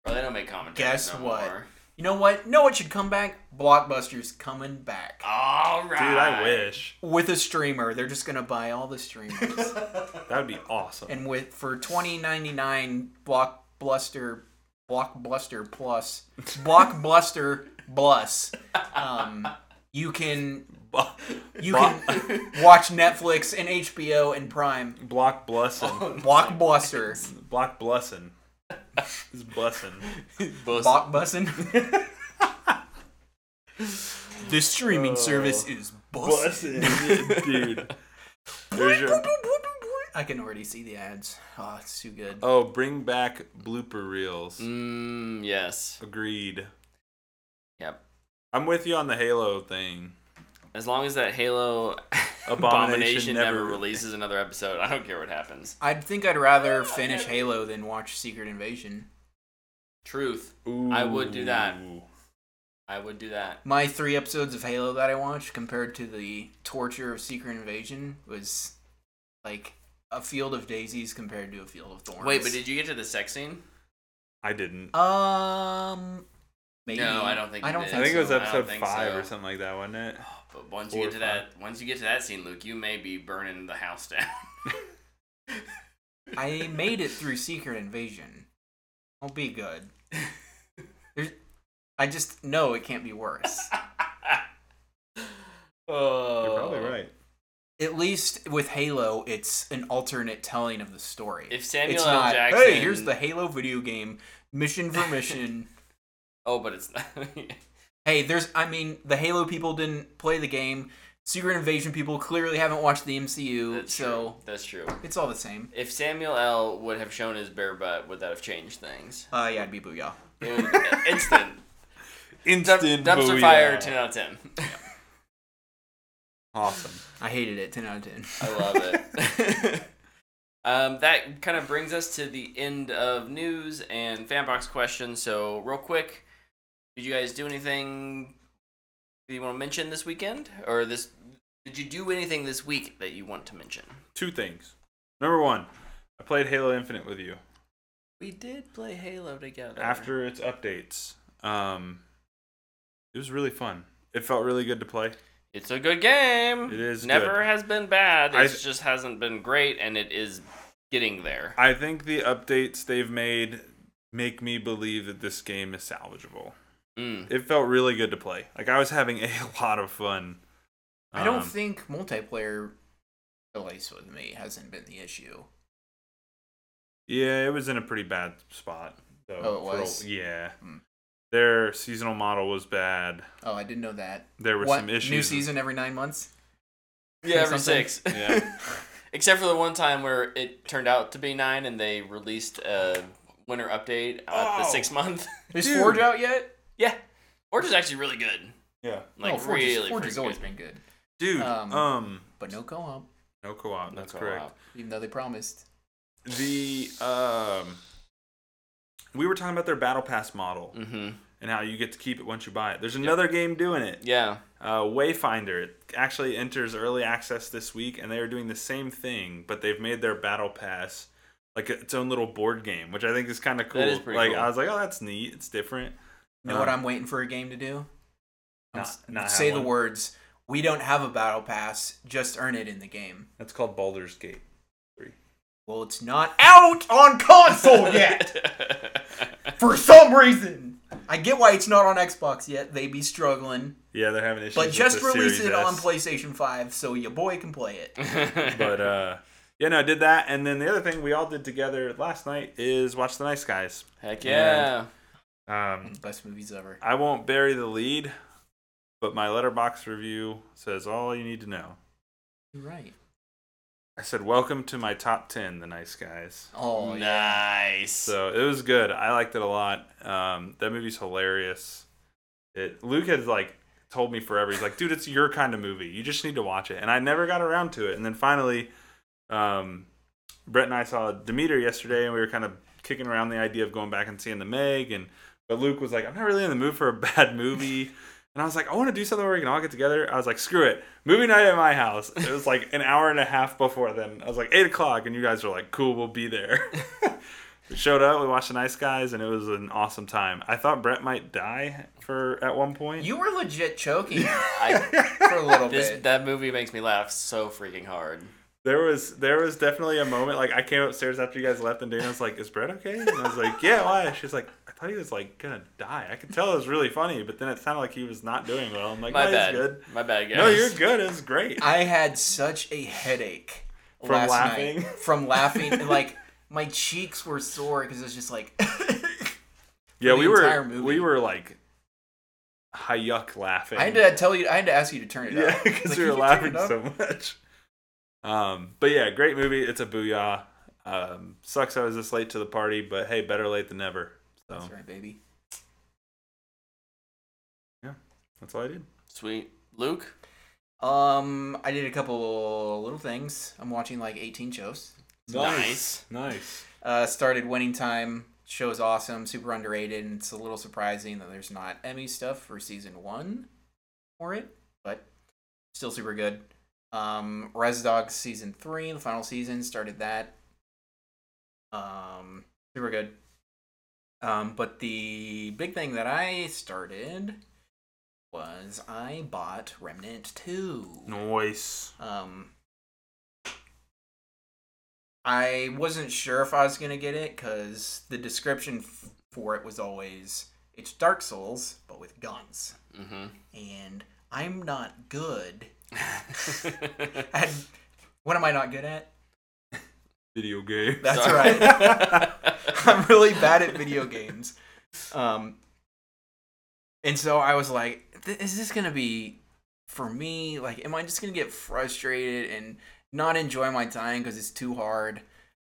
Speaker 1: Well, they don't make commentaries.
Speaker 3: Guess
Speaker 1: no
Speaker 3: what?
Speaker 1: More.
Speaker 3: You know what? No one should come back. Blockbusters coming back
Speaker 1: All right.
Speaker 2: Dude, I wish
Speaker 3: with a streamer. They're just gonna buy all the streamers.
Speaker 2: that would be
Speaker 1: [LAUGHS]
Speaker 2: awesome.
Speaker 3: and with for twenty ninety nine blockbuster blockbuster plus blockbuster plus um you can
Speaker 2: Block,
Speaker 3: You
Speaker 2: block,
Speaker 3: can watch Netflix and HBO and Prime.
Speaker 2: block
Speaker 1: Oh.
Speaker 3: [LAUGHS]
Speaker 2: blessin.
Speaker 3: Blockbuster.
Speaker 2: [LAUGHS] Block blessin. It's blessin.
Speaker 3: Blockbussin. the streaming
Speaker 2: Oh.
Speaker 3: service is bussin. [LAUGHS]
Speaker 2: Blessin,
Speaker 1: [LAUGHS]
Speaker 2: dude. There's your.
Speaker 3: I can already see the ads. Oh, it's too good.
Speaker 2: Oh, bring back blooper reels.
Speaker 1: Mm, yes.
Speaker 2: Agreed.
Speaker 1: Yep.
Speaker 2: I'm with you on the Halo thing.
Speaker 1: As long as that Halo [LAUGHS] abomination,
Speaker 2: Abomination never-
Speaker 1: never, releases another episode, I don't care what happens.
Speaker 3: I think I'd rather finish Halo than watch Secret Invasion.
Speaker 1: Truth. I would do that. I would do that.
Speaker 3: My three episodes of Halo that I watched compared to the torture of Secret Invasion was like a field of daisies compared to a field of thorns.
Speaker 1: Wait, but did you get to the sex scene?
Speaker 2: I didn't.
Speaker 3: Um, maybe.
Speaker 1: No, I don't think
Speaker 3: I
Speaker 1: you
Speaker 3: don't
Speaker 1: did.
Speaker 2: I think it was
Speaker 1: so. I
Speaker 2: episode
Speaker 1: don't think
Speaker 2: five or
Speaker 1: so.
Speaker 2: something like that, wasn't
Speaker 3: Oh,
Speaker 2: it?
Speaker 1: But once
Speaker 2: Four
Speaker 1: you
Speaker 2: or
Speaker 1: get to that, once you get to that scene, Luke, you may be burning the house down. [LAUGHS]
Speaker 3: I made it through Secret Invasion. I'll
Speaker 1: [LAUGHS]
Speaker 3: be good. There's, I just know it can't be worse.
Speaker 1: [LAUGHS] oh,
Speaker 2: You're probably right.
Speaker 3: At least with Halo, it's an alternate telling of the story.
Speaker 1: If Samuel
Speaker 3: it's
Speaker 1: L.
Speaker 3: not,
Speaker 1: Jackson,
Speaker 3: hey, here's the Halo video game, mission for
Speaker 1: [LAUGHS]
Speaker 3: mission.
Speaker 1: oh, but it's not. [LAUGHS]
Speaker 3: hey, there's, I mean, the Halo people didn't play the game. Secret Invasion people clearly haven't watched the MCU,
Speaker 1: That's
Speaker 3: so
Speaker 1: true. That's true.
Speaker 3: it's all the same.
Speaker 1: If Samuel L. would have shown his bare butt, would that have changed things?
Speaker 3: Uh, yeah, it'd be Booyah.
Speaker 1: It
Speaker 3: [LAUGHS]
Speaker 1: would- instant. Dump,
Speaker 2: Instant
Speaker 1: dumpster
Speaker 2: booyah.
Speaker 1: fire, 10 out of 10.
Speaker 2: Awesome.
Speaker 3: I hated it. 10 out of 10.
Speaker 1: I love it. um, that kind of brings us to the end of news and fanbox questions. So, real quick, did you guys do anything that you want to mention this weekend? Or this. Did you do anything this week that you want to mention?
Speaker 2: Two things. Number one, I played Halo Infinite with you
Speaker 1: We did play Halo together.
Speaker 2: after its updates. Um, it was really fun. It felt really good to play.
Speaker 1: It's a good game.
Speaker 2: It is
Speaker 1: Never
Speaker 2: good.
Speaker 1: has been bad. It
Speaker 2: I-
Speaker 1: just hasn't been great, and it is getting there.
Speaker 2: I think the updates they've made make me believe that this game is salvageable.
Speaker 1: Mm.
Speaker 2: It felt really good to play. Like I was having [LAUGHS] a lot of fun.
Speaker 3: [LAUGHS] I don't
Speaker 2: Um,
Speaker 3: think multiplayer, at least with me, hasn't been the issue.
Speaker 2: Yeah, it was in a pretty bad spot. Though,
Speaker 3: Oh, it
Speaker 2: for a-
Speaker 3: was?
Speaker 2: yeah.
Speaker 3: Hmm.
Speaker 2: Their seasonal model was bad.
Speaker 3: Oh, I didn't know that.
Speaker 2: There were
Speaker 3: What,
Speaker 2: some issues.
Speaker 3: New
Speaker 2: with-
Speaker 3: season every nine months?
Speaker 1: [LAUGHS] Yeah, every
Speaker 3: Something.
Speaker 1: six.
Speaker 2: [LAUGHS] Yeah.
Speaker 1: Except for the one time where it turned out to be nine, and they released a winter update at
Speaker 2: Oh.
Speaker 1: the six month.
Speaker 3: Is
Speaker 2: Dude.
Speaker 3: Forge out yet?
Speaker 1: yeah, Forge is actually really good.
Speaker 2: yeah.
Speaker 1: Like
Speaker 3: no, Forge, is-
Speaker 1: really,
Speaker 3: Forge
Speaker 1: freaking
Speaker 3: has always
Speaker 1: good.
Speaker 3: been good.
Speaker 2: Dude, um,
Speaker 3: Um, But no co op,
Speaker 2: no co-op,
Speaker 1: No
Speaker 2: that's
Speaker 1: co-op.
Speaker 2: correct.
Speaker 3: even though they promised.
Speaker 2: The um we were talking about their battle pass model
Speaker 3: Mm.
Speaker 1: Mhm.
Speaker 2: and how you get to keep it once you buy it. There's another game doing it.
Speaker 1: Yeah.
Speaker 2: Uh, Wayfinder it actually enters early access this week, and they are doing the same thing, but they've made their battle pass like its own little board game, which I think is kind of cool.
Speaker 1: is pretty
Speaker 2: like
Speaker 1: cool.
Speaker 2: I was like, oh, that's neat. It's different.
Speaker 3: You know
Speaker 2: Uh,
Speaker 3: what I'm waiting for a game to do? I'm
Speaker 2: Not-
Speaker 3: s-
Speaker 2: not have
Speaker 3: say the
Speaker 2: one.
Speaker 3: words, we don't have a battle pass, just earn it in the game.
Speaker 2: That's called Baldur's Gate.
Speaker 3: Well, it's not out on console
Speaker 1: [LAUGHS]
Speaker 2: [LAUGHS]
Speaker 3: yet! for some reason! I get why it's not on Xbox yet. They be struggling.
Speaker 2: Yeah, they're having issues.
Speaker 3: But
Speaker 2: with
Speaker 3: just
Speaker 2: the
Speaker 3: release
Speaker 2: Series
Speaker 3: it on
Speaker 2: S.
Speaker 3: PlayStation 5 so your boy can play it.
Speaker 2: [LAUGHS] But uh, yeah, no, I did that, and then the other thing we all did together last night is watch The Nice Guys.
Speaker 1: Heck yeah.
Speaker 2: Um,
Speaker 3: Best movies ever.
Speaker 2: I won't bury the lead, but my letterbox review says all you need to know.
Speaker 3: You're right.
Speaker 2: I said, "Welcome to my top ten, The Nice Guys."
Speaker 3: Oh, yeah.
Speaker 1: nice.
Speaker 2: So it was good. I liked it a lot. Um, that movie's hilarious. It Luke has like told me forever. He's like, dude, it's your kind of movie. You just need to watch it. And I never got around to it. And then finally, um, Brett and I saw Demeter yesterday, and we were kind of kicking around the idea of going back and seeing the Meg. And but Luke was like, I'm not really in the mood for a [LAUGHS] bad movie. And I was like, I want to do something where we can all get together. I was like, screw it. Movie night at my house. It was like an hour and a half before then. I was like, 8 o'clock. And you guys were like, cool, we'll be
Speaker 1: [LAUGHS]
Speaker 2: there. We showed up. We watched the Nice Guys, and it was an awesome time. I thought Brett might die for at one point.
Speaker 3: You were
Speaker 2: [LAUGHS]
Speaker 3: legit choking [LAUGHS]
Speaker 1: I,
Speaker 3: for a little
Speaker 1: this
Speaker 3: bit.
Speaker 1: that movie makes me laugh so freaking hard.
Speaker 2: there was there was definitely a moment like I came upstairs after you guys left, and Dana was like, "Is Brett okay?" And I was like, "Yeah, why?" She's like, "I thought thought he was like gonna die. I could tell it was really funny, but then it sounded like he was not doing well. I'm like,
Speaker 1: My
Speaker 2: no, he's
Speaker 1: bad.
Speaker 2: good.
Speaker 1: My bad, guys.
Speaker 2: No, you're good. It's great.
Speaker 3: I had such a headache
Speaker 2: From
Speaker 3: last
Speaker 2: laughing?
Speaker 3: night [LAUGHS] from laughing. and
Speaker 2: [LAUGHS]
Speaker 3: like my cheeks were sore because it was just like
Speaker 2: yeah,
Speaker 3: the
Speaker 2: we were
Speaker 3: entire movie.
Speaker 2: we were like hayuk laughing.
Speaker 3: I had to tell you. I had to ask you to turn
Speaker 2: [LAUGHS]
Speaker 3: it
Speaker 2: yeah,
Speaker 3: up
Speaker 2: because
Speaker 3: Like,
Speaker 2: we
Speaker 3: "Could
Speaker 2: were
Speaker 3: you turn
Speaker 2: laughing
Speaker 3: it up?"
Speaker 2: so much. Um, but yeah, great movie. It's a booyah. Um, sucks I was this late to the party, but hey, better late than never. So
Speaker 3: That's right, baby.
Speaker 2: that's all I did.
Speaker 1: Sweet. Luke?
Speaker 3: Um, I did a couple little things. I'm watching like 18 shows.
Speaker 1: Nice.
Speaker 2: nice.
Speaker 3: Uh, started Winning Time. Show is awesome, super underrated, and it's a little surprising that there's not Emmy stuff for season one for it, but still super good. Um, Res Dogs season three, the final season, started that. Um, super good. Um, but the big thing that I started was I bought Remnant 2.
Speaker 2: Nice.
Speaker 3: Um, I wasn't sure if I was gonna get it because the description f- for it was always it's Dark Souls but with guns,
Speaker 1: Mm-hmm.
Speaker 3: and I'm not good. At, what am I not good at?
Speaker 2: Video game.
Speaker 3: That's
Speaker 1: Sorry.
Speaker 3: right.
Speaker 1: [LAUGHS]
Speaker 3: [LAUGHS] I'm really bad at video games. Um, and so I was like, "Th- is this gonna be for me? Like, am I just gonna get frustrated and not enjoy my time because it's too hard?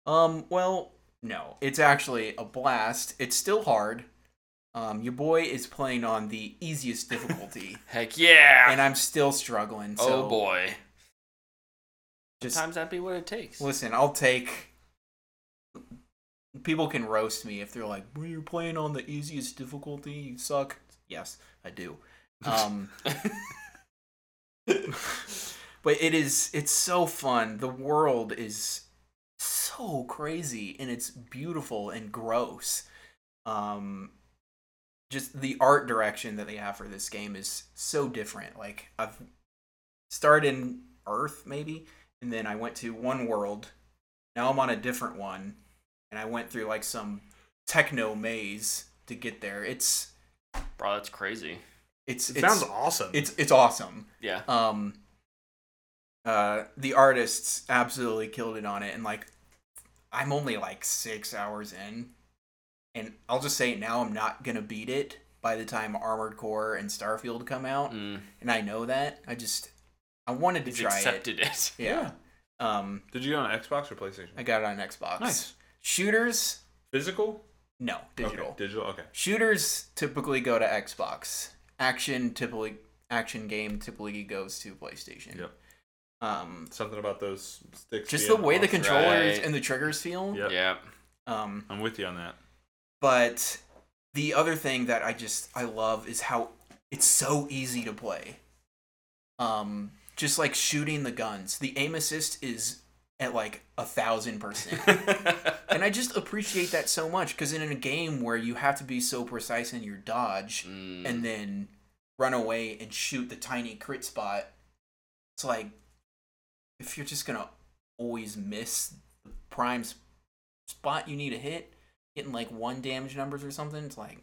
Speaker 3: Um, well, no, it's actually a blast. It's still hard. Um, your boy is playing on the easiest difficulty,
Speaker 1: Heck [LAUGHS] yeah.
Speaker 3: and I'm still struggling. So
Speaker 1: oh boy.
Speaker 3: just
Speaker 1: Sometimes that'd be what it takes.
Speaker 3: Listen, I'll take. People can roast me if they're like, "Well, you're playing on the easiest difficulty. You suck." Yes, I do. Um, but it is. It's so fun. The world is so crazy, and it's beautiful and gross. Um, just the art direction that they have for this game is so different. Like I've started in Earth, maybe, and then I went to one world. Now I'm on a different one, and I went through like some techno maze to get there. It's
Speaker 1: Bro, that's crazy.
Speaker 3: it's
Speaker 2: It
Speaker 3: it's,
Speaker 2: sounds awesome.
Speaker 3: it's it's awesome.
Speaker 1: Yeah.
Speaker 3: Um, uh, the artists absolutely killed it on it, and like I'm only like six hours in, and I'll just say it now I'm not gonna beat it by the time Armored Core and Starfield come out,
Speaker 1: Mm.
Speaker 3: and I know that. I just I wanted to
Speaker 1: He's
Speaker 3: try
Speaker 1: accepted it.
Speaker 3: it. Yeah. Um,
Speaker 2: Did you go on Xbox or PlayStation?
Speaker 3: I got it on Xbox.
Speaker 2: Nice.
Speaker 3: Shooters,
Speaker 2: Physical?
Speaker 3: no, digital.
Speaker 2: Okay. Digital. Okay.
Speaker 3: Shooters typically go to Xbox. Action typically action game typically goes to PlayStation.
Speaker 2: Yep.
Speaker 3: Um
Speaker 2: Something about those sticks.
Speaker 3: just
Speaker 2: being
Speaker 3: the way the
Speaker 2: off.
Speaker 3: controllers
Speaker 1: right.
Speaker 3: and the triggers feel.
Speaker 2: Yep.
Speaker 1: Yeah.
Speaker 3: Um
Speaker 2: I'm with you on that.
Speaker 3: but the other thing that I just I love is how it's so easy to play. Um just like shooting the guns. The aim assist is at like a
Speaker 1: [LAUGHS]
Speaker 3: thousand percent.
Speaker 1: Mm.
Speaker 3: and I just appreciate that so much because in a game where you have to be so precise in your dodge
Speaker 1: Mm.
Speaker 3: and then run away and shoot the tiny crit spot, it's like if you're just gonna always miss the prime s- spot you need to hit, getting like one damage numbers or something, it's like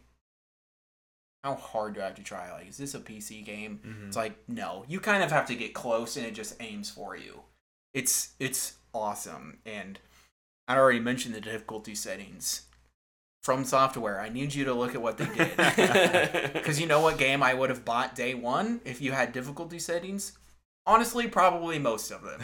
Speaker 3: how hard do I have to try? Like, is this a PC game? It's like no, you kind of have to get close, and it just aims for you. It's it's awesome, and I already mentioned the difficulty settings from software. I need you to look at what they
Speaker 1: [LAUGHS]
Speaker 3: did [LAUGHS] because you know what game I would have bought day one if you had difficulty settings. Honestly, probably most of them.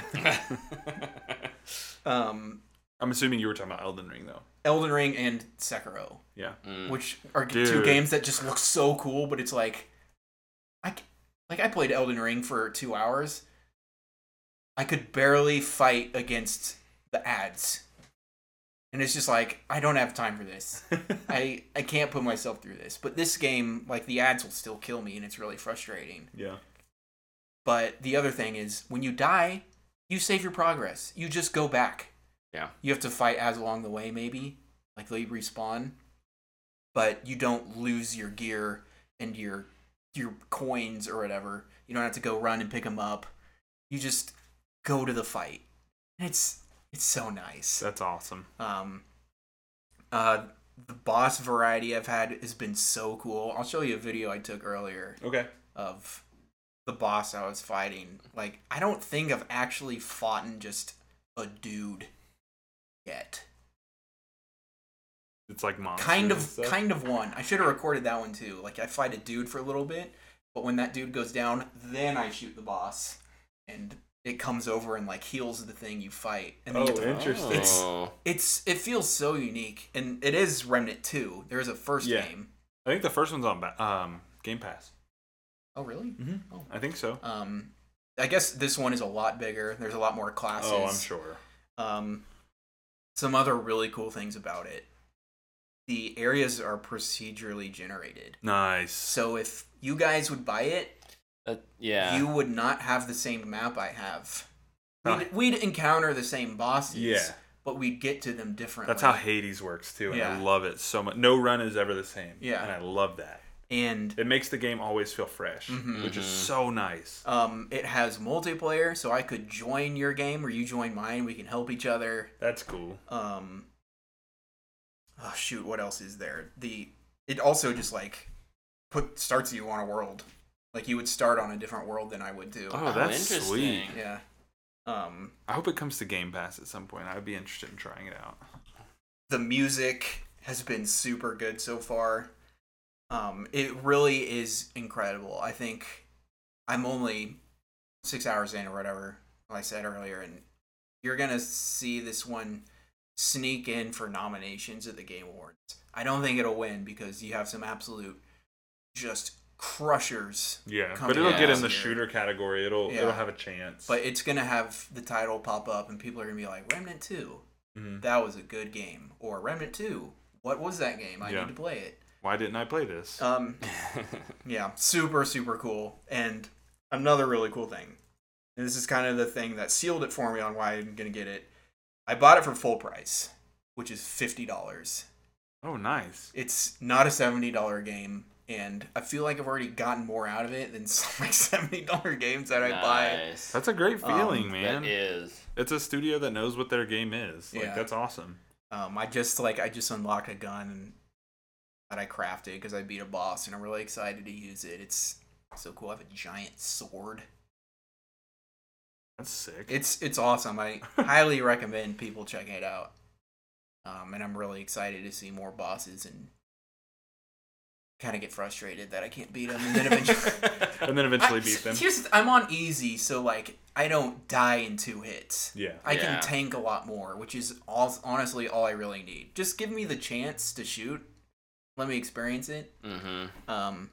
Speaker 3: Um,
Speaker 2: I'm assuming you were talking about Elden Ring though.
Speaker 3: Elden Ring and Sekiro,
Speaker 2: Yeah.
Speaker 1: Mm.
Speaker 3: which are g- two
Speaker 2: Dude.
Speaker 3: games that just look so cool, but it's like, I c- like I played Elden Ring for two hours. I could barely fight against the ads, and it's just like I don't have time for this. I I can't put myself through this. But this game, like the ads, will still kill me, and it's really frustrating.
Speaker 2: Yeah.
Speaker 3: But the other thing is, when you die, you save your progress. You just go back.
Speaker 1: Yeah.
Speaker 3: You have to fight as along the way, maybe. Like they respawn. But you don't lose your gear and your your coins or whatever. You don't have to go run and pick them up. You just go to the fight. And it's it's so nice.
Speaker 2: That's awesome.
Speaker 3: Um, uh, the boss variety I've had has been so cool. I'll show you a video I took earlier
Speaker 2: Okay.
Speaker 3: of the boss I was fighting. Like, I don't think I've actually fought in just a dude yet.
Speaker 2: It's like monsters.
Speaker 3: Kind
Speaker 2: and
Speaker 3: of,
Speaker 2: stuff.
Speaker 3: kind of one. I should have recorded that one too. Like, I fight a dude for a little bit, but when that dude goes down, then I shoot the boss, and it comes over and like heals the thing you fight, and then you
Speaker 2: Oh,
Speaker 3: have to
Speaker 2: Interesting.
Speaker 3: It's-
Speaker 1: Oh.
Speaker 3: It's it feels so unique, and it is Remnant Two. There is a first
Speaker 2: Yeah.
Speaker 3: game.
Speaker 2: I think the first one's on ba- um Game Pass.
Speaker 3: Oh really?
Speaker 2: Mm-hmm.
Speaker 3: Oh.
Speaker 2: I think so.
Speaker 3: Um, I guess this one is a lot bigger. There's a lot more classes.
Speaker 2: Oh, I'm sure.
Speaker 3: Um, some other really cool things about it. The areas are procedurally generated.
Speaker 2: Nice.
Speaker 3: So if you guys would buy it,
Speaker 1: That, yeah.
Speaker 3: you would not have the same map I have.
Speaker 2: Huh.
Speaker 3: We'd, we'd encounter the same bosses,
Speaker 2: yeah,
Speaker 3: but we'd get to them differently.
Speaker 2: that's how Hades works too, and I
Speaker 3: Yeah.
Speaker 2: love it so much. No run is ever the same.
Speaker 3: Yeah.
Speaker 2: and I love that.
Speaker 3: and
Speaker 2: It makes the game always feel fresh,
Speaker 3: Mhm.
Speaker 2: which is
Speaker 1: Mhm.
Speaker 2: so nice.
Speaker 3: Um, it has multiplayer, so I could join your game or you join mine. We can help each other.
Speaker 2: That's cool.
Speaker 3: Um, oh shoot, what else is there? The it also just like put starts you on a world. Like you would start on a different world than I would do.
Speaker 2: Oh, that's sweet.
Speaker 3: Yeah. Um,
Speaker 2: I hope it comes to Game Pass at some point. I would be interested in trying it out.
Speaker 3: the music has been super good so far. Um, it really is incredible. I think I'm only six hours in or whatever, like I said earlier, and you're gonna see this one sneak in for nominations at the Game Awards. I don't think it'll win because you have some absolute just crushers,
Speaker 2: Yeah,
Speaker 3: Come
Speaker 2: but it'll
Speaker 1: out
Speaker 2: get in the
Speaker 3: here.
Speaker 2: shooter category. It'll it'll
Speaker 3: Yeah.
Speaker 2: have a chance.
Speaker 3: but it's gonna have the title pop up and people are gonna be like, Remnant 2,
Speaker 2: Mhm.
Speaker 3: that was a good game, or Remnant 2, what was that game? I
Speaker 2: Yeah.
Speaker 3: need to play it.
Speaker 2: why didn't I play this?
Speaker 3: Um,
Speaker 1: [LAUGHS]
Speaker 3: yeah, super, super cool. And another really cool thing, and this is kind of the thing that sealed it for me on why I'm going to get it. I bought it for full price, which is $50.
Speaker 2: oh, nice.
Speaker 3: It's not a $70 game. And I feel like I've already gotten more out of it than [LAUGHS] some like $70 games that I buy.
Speaker 1: Nice.
Speaker 2: That's a great
Speaker 3: Um,
Speaker 2: feeling,
Speaker 1: That
Speaker 2: man.
Speaker 1: is.
Speaker 2: It's a studio that knows what their game is. Like
Speaker 3: Yeah.
Speaker 2: that's awesome.
Speaker 3: Um, I just like, I just unlocked a gun and that I crafted because I beat a boss and I'm really excited to use it. It's so cool. I have a giant sword.
Speaker 2: That's sick.
Speaker 3: It's it's awesome. I highly recommend people checking it out. Um, and I'm really excited to see more bosses and kind of get frustrated [LAUGHS] that I can't beat them. And
Speaker 2: [LAUGHS]
Speaker 3: then eventually,
Speaker 2: and then eventually
Speaker 3: I-
Speaker 2: beat them.
Speaker 3: Here's the- I'm on easy, so like I don't die in two hits.
Speaker 2: Yeah.
Speaker 3: I
Speaker 1: Yeah.
Speaker 3: can tank a lot more, which is all honestly all I really need. Just give me the chance to shoot. Let me experience it.
Speaker 1: Mm-hmm.
Speaker 3: Um,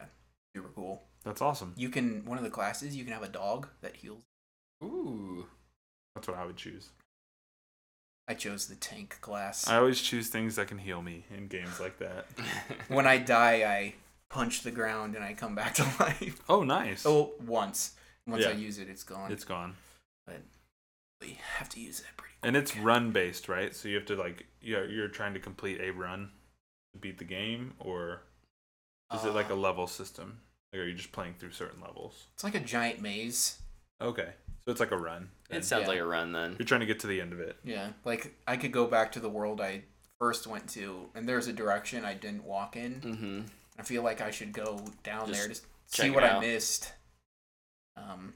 Speaker 3: yeah, super cool.
Speaker 2: That's awesome.
Speaker 3: You can one of the classes you can have a dog that heals.
Speaker 1: [LAUGHS] Ooh.
Speaker 2: That's what I would choose.
Speaker 3: I chose the tank class.
Speaker 2: I always choose things that can heal me in games like that.
Speaker 3: when I die, I punch the ground and I come back to [LAUGHS] life.
Speaker 2: Oh, nice.
Speaker 3: Oh, once. Once I
Speaker 2: Yeah.
Speaker 3: use it, it's gone.
Speaker 2: It's gone.
Speaker 3: We have to use that pretty.
Speaker 2: And it's
Speaker 3: quick.
Speaker 2: run based, right? So you have to like you're you're trying to complete a run to beat the game or is it like a
Speaker 3: Uh,
Speaker 2: level system? Like are you just playing through certain levels?
Speaker 3: It's like a giant maze.
Speaker 2: Okay. So it's like a run. then.
Speaker 1: It sounds
Speaker 3: Yeah.
Speaker 1: like a run then.
Speaker 2: You're trying to get to the end of it.
Speaker 3: Yeah, like I could go back to the world I first went to, and there's a direction I didn't walk
Speaker 2: Mm.
Speaker 3: in.
Speaker 1: Mm-hmm.
Speaker 3: I feel like I should go down
Speaker 1: Just
Speaker 3: there, just
Speaker 1: check
Speaker 3: see
Speaker 1: it
Speaker 3: what I
Speaker 1: out.
Speaker 3: missed. Um.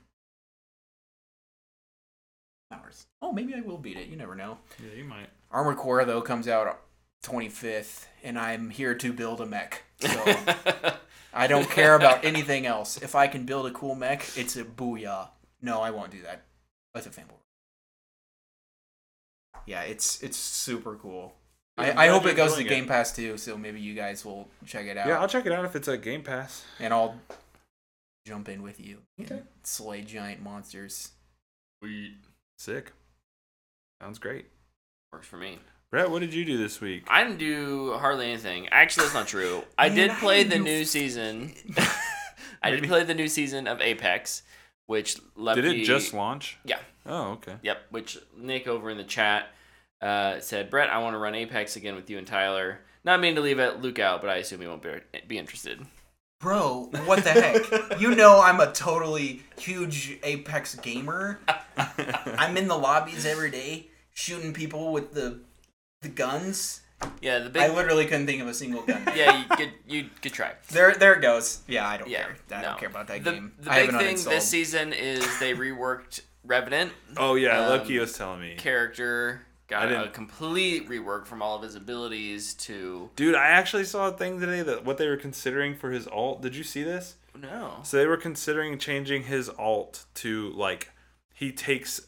Speaker 3: Hours. Oh, maybe I will beat it. You never know.
Speaker 2: Yeah, you might.
Speaker 3: Armored Core though comes out 25th, and I'm here to build a mech.
Speaker 2: [LAUGHS]
Speaker 3: So
Speaker 1: [LAUGHS]
Speaker 3: I don't care about anything else. If I can build a cool mech, it's a booyah. No, I won't do that. That's a fanboy. Yeah, it's it's super cool. I, I hope it goes to Game Pass too, so maybe you guys will check it out,
Speaker 2: Yeah, I'll check it out if it's a Game Pass.
Speaker 3: and I'll jump in with you
Speaker 2: Okay.
Speaker 3: and slay giant monsters.
Speaker 1: Sweet.
Speaker 2: Sick. Sounds great.
Speaker 1: Works for me.
Speaker 2: Brett, what did you do this week?
Speaker 1: I didn't do hardly anything. Actually, that's not true. I
Speaker 3: Man,
Speaker 1: did
Speaker 3: how
Speaker 1: play
Speaker 3: do
Speaker 1: the
Speaker 3: you-
Speaker 1: new
Speaker 3: [LAUGHS]
Speaker 1: season. I did
Speaker 2: Maybe-
Speaker 1: play the new season of Apex, which left
Speaker 2: Did it just launch?
Speaker 1: Yeah.
Speaker 2: Oh, okay.
Speaker 1: Yep, which Nick over in the chat uh, said, Brett, I want to run Apex again with you and Tyler. Not meaning to leave it Luke out, but I assume he won't be, be interested.
Speaker 3: Bro, what the heck? you know I'm a totally huge Apex gamer. I'm in the lobbies every day shooting people with the the guns.
Speaker 1: Yeah, the
Speaker 3: I
Speaker 1: big.
Speaker 3: literally couldn't think of a single [LAUGHS] gun.
Speaker 1: [LAUGHS] yeah, you could you could
Speaker 3: [LAUGHS]
Speaker 1: try.
Speaker 3: There, there it goes. Yeah, I don't
Speaker 1: Yeah,
Speaker 3: care. I
Speaker 1: no.
Speaker 3: don't care about that
Speaker 1: The,
Speaker 3: game.
Speaker 1: the
Speaker 3: I have
Speaker 1: big
Speaker 3: it
Speaker 1: thing
Speaker 3: uninstalled.
Speaker 1: this season is they reworked Revenant
Speaker 2: Oh yeah,
Speaker 1: Um,
Speaker 2: Loki was telling me.
Speaker 1: character.
Speaker 2: I
Speaker 1: Got a
Speaker 2: didn't-
Speaker 1: complete rework from all of his abilities to
Speaker 2: Dude, I actually saw a thing today that what they were considering for his alt. Did you see this?
Speaker 1: no.
Speaker 2: So they were considering changing his alt to like he takes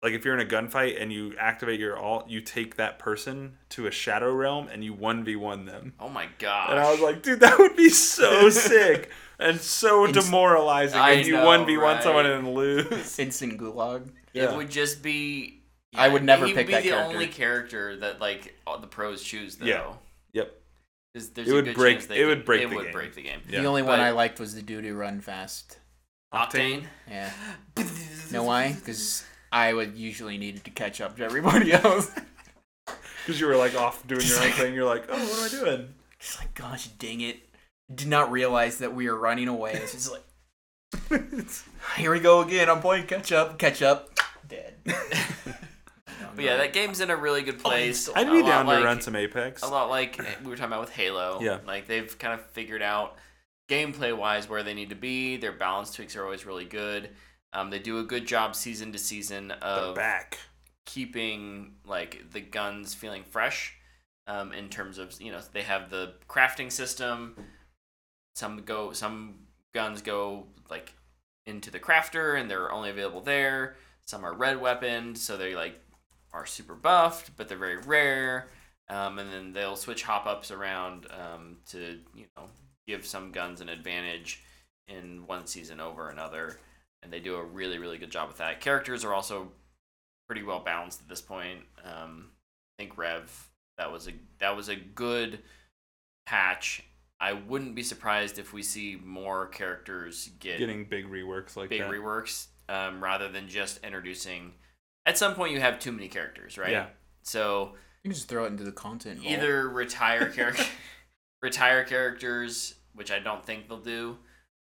Speaker 2: like if you're in a gunfight and you activate your alt, you take that person to a shadow realm and you one v one them.
Speaker 1: Oh my god.
Speaker 2: And I was like, dude, that would
Speaker 1: [LAUGHS]
Speaker 2: be so sick and so
Speaker 3: Inst-
Speaker 2: demoralizing
Speaker 1: I
Speaker 2: if you
Speaker 1: know,
Speaker 2: one v one
Speaker 1: right?
Speaker 2: someone and lose.
Speaker 3: [LAUGHS] Instant gulag.
Speaker 1: It would just be.
Speaker 3: I would never
Speaker 1: he
Speaker 3: pick
Speaker 1: be
Speaker 3: that
Speaker 1: the
Speaker 3: character.
Speaker 1: only character that like all the pros choose though.
Speaker 2: Yeah. Yep.
Speaker 1: 'Cause there's
Speaker 2: It
Speaker 1: a
Speaker 2: would
Speaker 1: good
Speaker 2: break-
Speaker 1: chance
Speaker 2: it
Speaker 1: they
Speaker 2: would
Speaker 1: could-
Speaker 2: break
Speaker 1: It
Speaker 2: the
Speaker 1: would
Speaker 2: game.
Speaker 1: break the game.
Speaker 2: Yeah.
Speaker 3: The only one
Speaker 1: But-
Speaker 3: I liked was the dude who run fast.
Speaker 1: Octane.
Speaker 3: Yeah. know why? Because I would usually needed to catch up to everybody [LAUGHS] else.
Speaker 2: Because you were like off doing your [LAUGHS] own thing. You're like, oh, what am I doing?
Speaker 3: Just like, gosh, dang it! Did not realize that we were running away. It's just [LAUGHS] like, here we go again. I'm playing catch up. Catch up. [LAUGHS] Dead.
Speaker 1: But yeah, that game's in a really good
Speaker 2: Oh,
Speaker 1: place.
Speaker 2: I'd
Speaker 1: A
Speaker 2: be
Speaker 1: lot
Speaker 2: down
Speaker 1: like-
Speaker 2: to run some Apex.
Speaker 1: A lot like eh, we were talking about with Halo.
Speaker 2: Yeah.
Speaker 1: Like they've kind of figured out gameplay wise where they need to be. Their balance tweaks are always really good. Um, they do a good job season to season
Speaker 2: The
Speaker 1: of
Speaker 2: back.
Speaker 1: keeping like the guns feeling fresh um, in terms of you know they have the crafting system some go some guns go like into the crafter and they're only available there some are red weaponed so they like are super buffed but they're very rare um, and then they'll switch hop ups around um, to you know give some guns an advantage in one season over another and they do a really really good job with that characters are also pretty well balanced at this point. Um, I think Rev that was a that was a good patch. I wouldn't be surprised if we see more characters get
Speaker 2: Getting big reworks like
Speaker 1: big
Speaker 2: that.
Speaker 1: reworks um, rather than just introducing. At some point, you have too many characters, right?
Speaker 2: Yeah.
Speaker 1: So
Speaker 3: You can just throw it into the content. vault.
Speaker 1: either retire character, [LAUGHS] retire characters, which I don't think they'll do,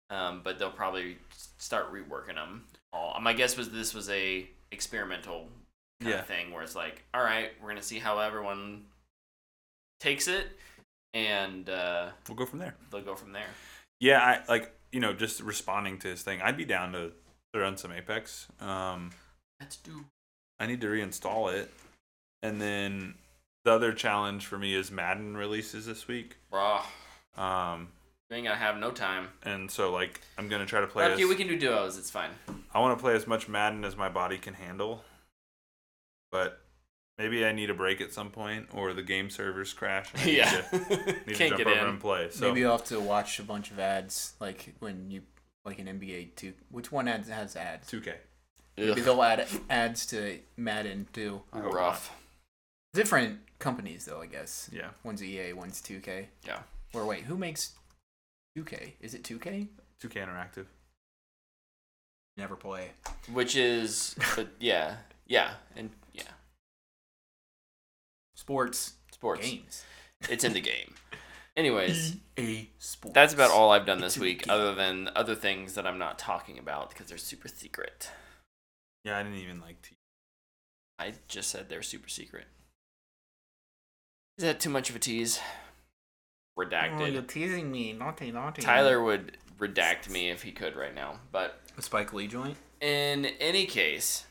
Speaker 1: um, but they'll probably s- start reworking them. All my guess was this was a experimental kind
Speaker 2: Yeah.
Speaker 1: of thing where it's like, all right, we're gonna see how everyone takes it, and uh,
Speaker 2: We'll go from there.
Speaker 1: they'll go from there.
Speaker 2: Yeah, I like you know just responding to his thing. I'd be down to to run some Apex. Um,
Speaker 1: Let's do.
Speaker 2: I need to reinstall it, and then the other challenge for me is Madden releases this week.
Speaker 1: Bruh,
Speaker 2: Um,
Speaker 1: you ain't gonna have no time.
Speaker 2: and so like I'm gonna try to play.
Speaker 1: Okay,
Speaker 2: As,
Speaker 1: we can do duos. It's fine.
Speaker 2: I want to play as much Madden as my body can handle, but maybe I need a break at some point, or the game servers crash. and I
Speaker 1: [LAUGHS]
Speaker 2: need
Speaker 1: yeah,
Speaker 2: to- Need
Speaker 1: can't
Speaker 2: to jump
Speaker 1: get
Speaker 2: over
Speaker 1: in.
Speaker 2: and play. So
Speaker 3: Maybe you'll have to watch a bunch of ads, like when you like an NBA two. Which one ads has ads?
Speaker 2: 2K.
Speaker 3: Maybe
Speaker 1: Ugh,
Speaker 3: they'll add ads to Madden too.
Speaker 2: I hope
Speaker 1: rough.
Speaker 3: Different companies though, I guess.
Speaker 2: Yeah.
Speaker 3: One's EA, one's 2K.
Speaker 1: Yeah.
Speaker 3: Or wait, who makes 2K? Is it 2K?
Speaker 2: 2K Interactive.
Speaker 3: Never play.
Speaker 1: Which is, but yeah, yeah, and yeah.
Speaker 3: Sports.
Speaker 1: sports. E
Speaker 3: Games.
Speaker 1: It's [LAUGHS] in the game.
Speaker 2: [LAUGHS]
Speaker 1: Anyways,
Speaker 3: EA Sports.
Speaker 1: that's about all I've done this
Speaker 3: It's in
Speaker 1: week,
Speaker 3: the game.
Speaker 1: other than other things that I'm not talking about because they're super secret.
Speaker 2: Yeah, I didn't even like. T-
Speaker 1: I just said they're super secret. Is that too much of a tease?
Speaker 3: Oh, you're
Speaker 1: Redacted.
Speaker 3: teasing me. Naughty, naughty.
Speaker 1: Tyler would redact me if he could right now, but
Speaker 3: A Spike Lee joint?
Speaker 1: in any case,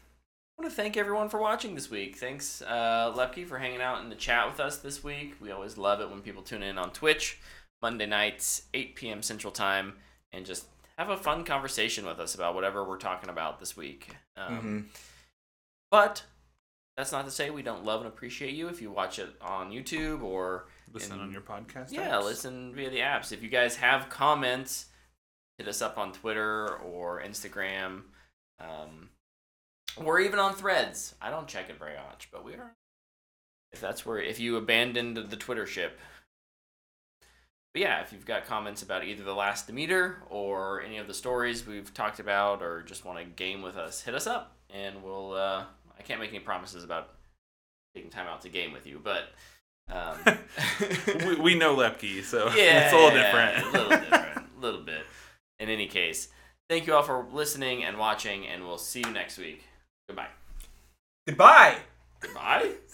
Speaker 1: I want to thank everyone for watching this week. Thanks, uh, Lepke, for hanging out in the chat with us this week. We always love it when people tune in on Twitch, Monday nights, 8 p.m. Central Time, and just have a fun conversation with us about whatever we're talking about this week. Um,
Speaker 3: Mm-hmm.
Speaker 1: But that's not to say we don't love and appreciate you if you watch it on YouTube or
Speaker 2: listen
Speaker 1: And-
Speaker 2: on your podcast.
Speaker 1: yeah,
Speaker 2: apps.
Speaker 1: listen via the apps. If you guys have comments, hit us up on Twitter or Instagram, um, or even on Threads. I don't check it very much, but we are. If that's where, if you abandoned the Twitter ship. But yeah, if you've got comments about either the last Demeter or any of the stories we've talked about, or just want to game with us, hit us up, and we'll. Uh, I can't make any promises about taking time out to game with you, but. Um,
Speaker 2: [LAUGHS] we, we know Lepke, [LAUGHS] so
Speaker 1: [LAUGHS] yeah,
Speaker 2: it's a little
Speaker 1: yeah,
Speaker 2: different.
Speaker 1: a little
Speaker 2: [LAUGHS]
Speaker 1: different, a little bit. In any case, thank you all for
Speaker 2: [LAUGHS]
Speaker 1: listening and watching, and we'll see you next week. Goodbye.
Speaker 3: Goodbye!
Speaker 1: Goodbye.